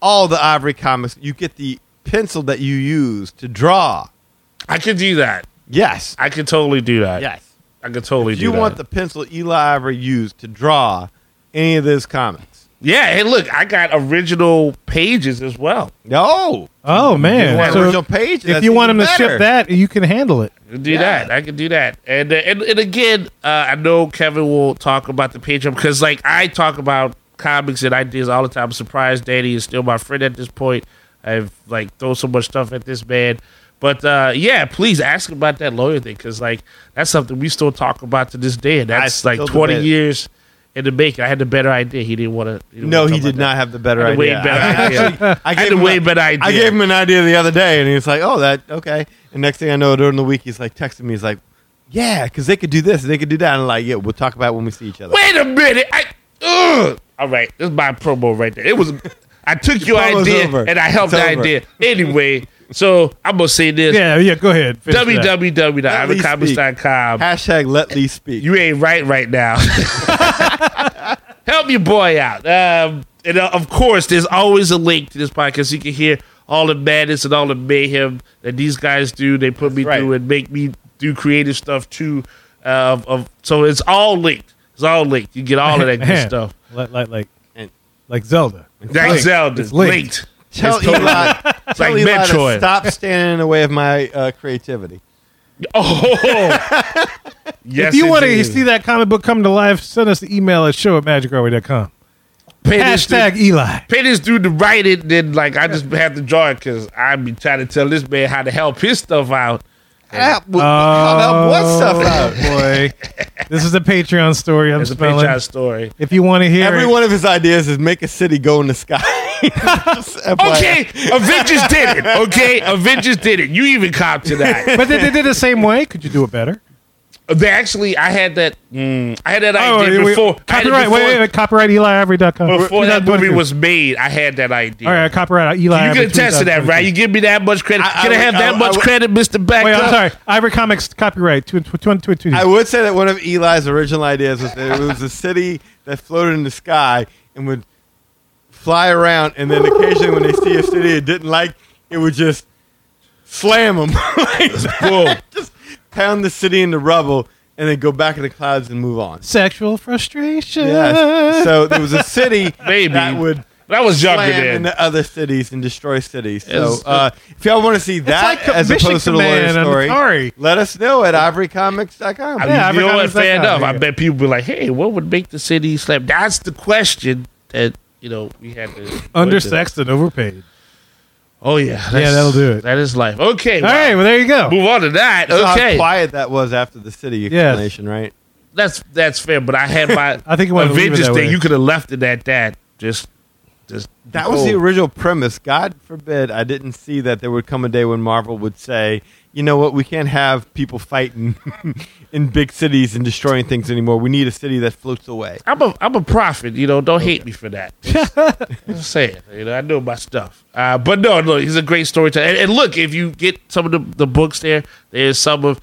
S3: all the Ivory comics, you get the pencil that you use to draw.
S5: I could do that.
S3: Yes.
S5: I could totally do that.
S3: Yes.
S5: I could totally
S3: If
S5: do
S3: you
S5: that.
S3: want the pencil Eli Ivory used to draw any of those comics?
S5: yeah, hey, look, I got original pages as well.
S3: No.
S2: Oh
S3: You
S2: man!
S3: want
S2: So
S3: original page.
S2: if you want them to ship that, you can handle it.
S5: I can do
S3: Yeah.
S5: that. I can do that. And uh, and, and again, uh, I know Kevin will talk about the Patreon because like I talk about comics and ideas all the time. I'm surprised Danny is still my friend at this point. I've like thrown so much stuff at this man. But uh, yeah, please ask about that lawyer thing because like that's something we still talk about to this day. And that's like
S3: still
S5: 20
S3: debate it.
S5: years in the making. I had the better idea. He didn't want to.
S3: No, he did not have the better
S5: I had a
S3: idea.
S5: way better idea. I had a way better idea.
S3: I gave him an idea the other day, and he was like, "Oh, that okay." And next thing I know, during the week, he's like texting me. He's like, "Yeah, because they could do this, and they could do that." And I'm like, "Yeah, we'll talk about it when we see each other."
S5: Wait a minute. I, ugh. All right, this is my promo right there. It was. I took your
S3: promo's
S5: idea
S3: over.
S5: and I helped
S3: It's
S5: the
S3: over.
S5: idea. Anyway, so I'm gonna say this:
S2: Yeah, yeah. Go ahead. Finish that.
S5: www.ivancomics.com.
S3: Hashtag let Lee speak.
S5: You ain't right right now. *laughs* Help your boy out. Um, and uh, of course, there's always a link to this podcast. You can hear all the madness and all the mayhem that these guys do. They put me
S3: right.
S5: through and make me do creative stuff too. Uh, of, of so it's all linked. It's all linked. You get all of
S2: *laughs*
S5: that good
S2: Man,
S5: stuff.
S2: Like like like,
S3: And-
S2: like Zelda.
S5: Like Zelda,
S2: It's linked.
S5: linked.
S3: tell
S5: It's totally-
S3: Eli,
S5: It's
S3: tell
S5: like
S3: Eli to
S5: Metroid.
S3: stop standing in the way of my uh, creativity.
S5: Oh, *laughs*
S2: if
S5: yes.
S2: you want to
S5: indeed.
S2: see that comic book come to life, send us an email at show at magicrowway.com.
S5: Pay this dude-
S2: Hashtag Eli.
S5: Pay this dude to write it, then like I just have to draw it because I be trying to tell this man how to help his stuff out.
S3: How
S5: Oh,
S3: the hell what stuff out?
S2: Oh, boy. this is a Patreon story I'm
S5: It's a
S2: spelling.
S5: Patreon story.
S2: If you want to hear
S3: Every
S2: it-
S3: one of his ideas is make a city go in the sky. *laughs* Just FYI.
S5: Okay, Avengers did it. Okay, Avengers did it. You even cop to that.
S2: But they, they did it the same way. Could you do it better?
S5: *laughs* They actually, I had that. mm, I had that idea
S2: yeah, Oh, we-
S5: before. I had it
S2: copyright. Wait, wait, wait. Copyright EliIvory.com.
S5: before, before that movie
S2: 2022.
S5: was made, I had that idea.
S2: All right, copyright Eli.
S5: you can attest to that, right? You give me that much credit.
S3: I- I
S5: Can I,
S3: would-
S5: have
S3: I
S5: that
S3: would- I
S5: much
S3: would-
S5: credit, Mister Back?
S2: Wait, I'm sorry. Ivory Comics copyright 2022.
S3: I would say that one of Eli's original ideas was that it was a city that floated in the sky and would fly around, and then occasionally when they see a city it didn't like, it would just slam them,
S5: *laughs* Boom.
S3: just *laughs* pound the city into rubble, and then go back in the clouds and move on.
S2: Sexual frustration.
S3: Yes. So there was a city
S5: *laughs* Maybe.
S3: that would
S5: But I was younger
S3: slam
S5: then.
S3: into other cities and destroy cities. So
S5: It's-
S3: uh, if y'all want to see that
S2: like
S3: as
S2: Mission
S3: opposed to the lawyer
S2: Command, I'm
S3: story,
S2: sorry.
S3: let us know at ivorycomics.com.
S5: I
S2: Yeah, I
S5: mean, you know
S2: forgot
S5: what?
S2: it's like
S5: Fair
S2: that.
S5: enough. I
S2: Yeah.
S5: bet people be like, "Hey, what would make the city slap?" That's the question that you know we had to
S2: Undersexed and overpaid.
S5: Oh yeah, that's-
S2: that'll do it.
S5: That is life. Okay,
S2: All right, well, there you go.
S5: move on to that.
S3: Saw How
S5: okay,
S3: quiet that was after the city
S2: Yes.
S3: explanation, right?
S5: that's that's fair. But I had my
S2: *laughs* I think you wanted to leave it
S5: Avengers
S2: that
S5: thing.
S2: way.
S5: You could have left it at that. Just just
S3: That was the original premise. God forbid I didn't see that there would come a day when Marvel would say, you know what, we can't have people fighting *laughs* in big cities and destroying things anymore. We need a city that floats away.
S5: I'm a I'm a prophet, you know. Don't hate me for that. *laughs* I'm saying, you know, I know my stuff. Uh, but no, no, he's a great storyteller. And, and look, if you get some of the, the books there, there's some of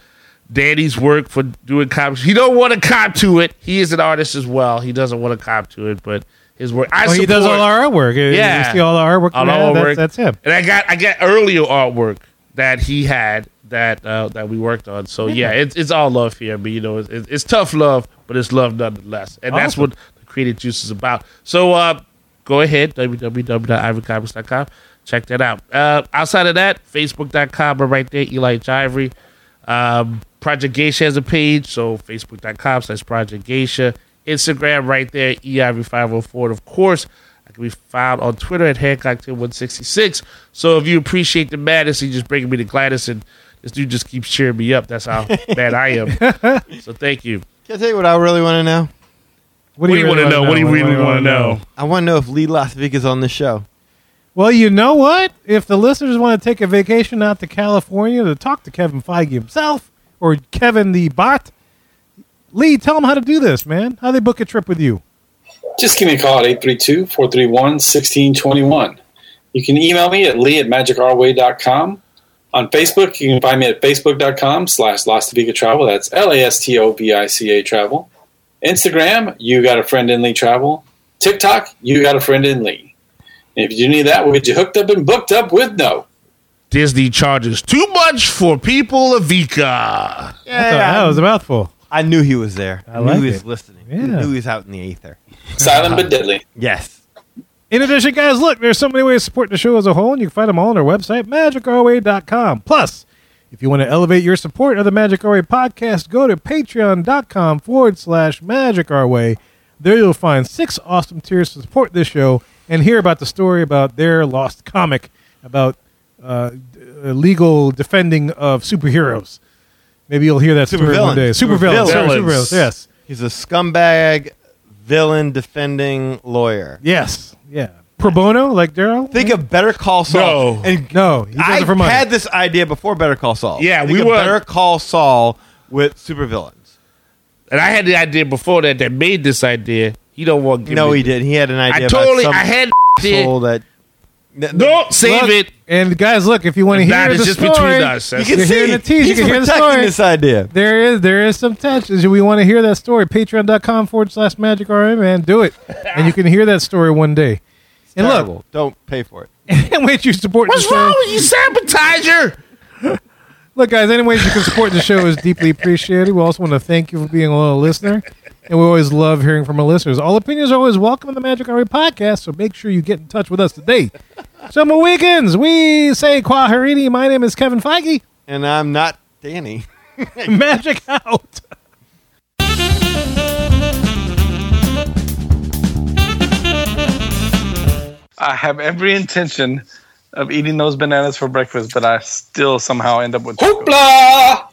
S5: Danny's work for doing comics. He don't want to cop to it. He is an artist as well. He doesn't want to cop to it, but his work. I
S2: Oh, he does
S5: support-
S2: all our artwork. You-
S5: Yeah.
S2: you see all the artwork.
S5: All
S2: yeah,
S5: our
S2: that's,
S5: work.
S2: that's him.
S5: And I got I got earlier artwork that he had that uh, that we worked on. So yeah, it's it's all love here. But you know, it's, it's it's tough love, but it's love nonetheless. And that's what the creative juice is about. So uh, go ahead www.ivycomics.com. Check that out. Uh, outside of that, facebook.com are right there. Eli Jivery. Um, Project Geisha has a page, so facebook.com slash Project Geisha. Instagram right there, E EIV504. And oh of course, I can be found on Twitter at Hancock10166. So if you appreciate the madness, you just bringing me to Gladys, and this dude just keeps cheering me up. That's how *laughs* mad I am. *laughs* So thank you.
S3: Can I tell you what I really want to know?
S5: What do you,
S2: really
S5: want to know? What do you really
S2: wanna
S5: want to know?
S3: I want to know if Lee Las Vegas on the show.
S2: Well, you know what? If the listeners want to take a vacation out to California to talk to Kevin Feige himself or Kevin the bot, Lee, tell them how to do this, man. How they book a trip with you.
S8: Just give me a call at 832 431 1621. You can email me at lee at magicourway.com. On Facebook, you can find me at facebook.com slash Las Vegas Travel. That's L A S T O V I C A Travel. Instagram, you got a friend in Lee Travel. TikTok, you got a friend in Lee. And if you do need that, we'll get you hooked up and booked up with no.
S5: Disney charges too much for people of Vika.
S2: I thought that was a mouthful.
S3: I knew he was there. I, knew
S2: like
S3: he was
S2: it.
S3: listening.
S2: Yeah.
S3: I knew he was out in the ether.
S8: Silent but deadly.
S3: Yes.
S2: In addition, guys, look, there's so many ways to support the show as a whole, and you can find them all on our website, magicourway.com. Plus, if you want to elevate your support of the Magic Our Way podcast, go to patreon.com forward slash magic our way. There you'll find six awesome tiers to support this show and hear about the story about their lost comic about uh, d- uh, legal defending of superheroes. Maybe you'll hear that story one
S3: Supervillains.
S2: day. Supervillains. sorry,
S5: Supervillains.
S2: Supervillains. Yes.
S3: He's a scumbag, villain, defending lawyer.
S2: Yes. Yeah. Pro bono, like Daryl?
S3: Think of Better Call Saul.
S5: No.
S3: And
S2: No, he does
S3: I
S2: it for money.
S3: had this idea before Better Call Saul.
S5: Yeah,
S3: Think
S5: we
S3: of
S5: were-
S3: Better Call Saul with supervillains.
S5: And I had the idea before that that made this idea. He don't want.
S3: No, he didn't. He had an idea.
S5: I
S3: about
S5: totally.
S3: some
S5: I had
S3: asshole
S5: it.
S3: that. that-
S5: No, save
S2: Look,
S5: it.
S2: And guys, look, if you want to hear
S5: That is
S2: the
S5: just
S2: story,
S5: between us.
S3: You
S5: That's
S3: can
S2: You're
S3: see
S2: hearing the tease. You
S3: he's
S2: can hear the
S3: protecting
S2: story.
S3: this idea.
S2: there is there is some tension. We want to hear that story. Patreon.com forward slash magic RM, man. Do it. and you can hear that story one day. and *laughs*
S3: Terrible. don't pay for it.
S2: look, any ways you support
S5: What's
S2: the show.
S5: wrong with you, sabotager?
S2: Look, guys, any ways you can support the show is deeply appreciated. We also want to thank you for being a loyal listener. And we always love hearing from our listeners. All opinions are always welcome on the Magic RM podcast, so make sure you get in touch with us today. Summer weekends, we say Quaharini. My name is Kevin Feige.
S3: And I'm not Danny. *laughs*
S2: Magic out.
S10: I have every intention of eating those bananas for breakfast, but I still somehow end up with tacos.
S8: Hoopla!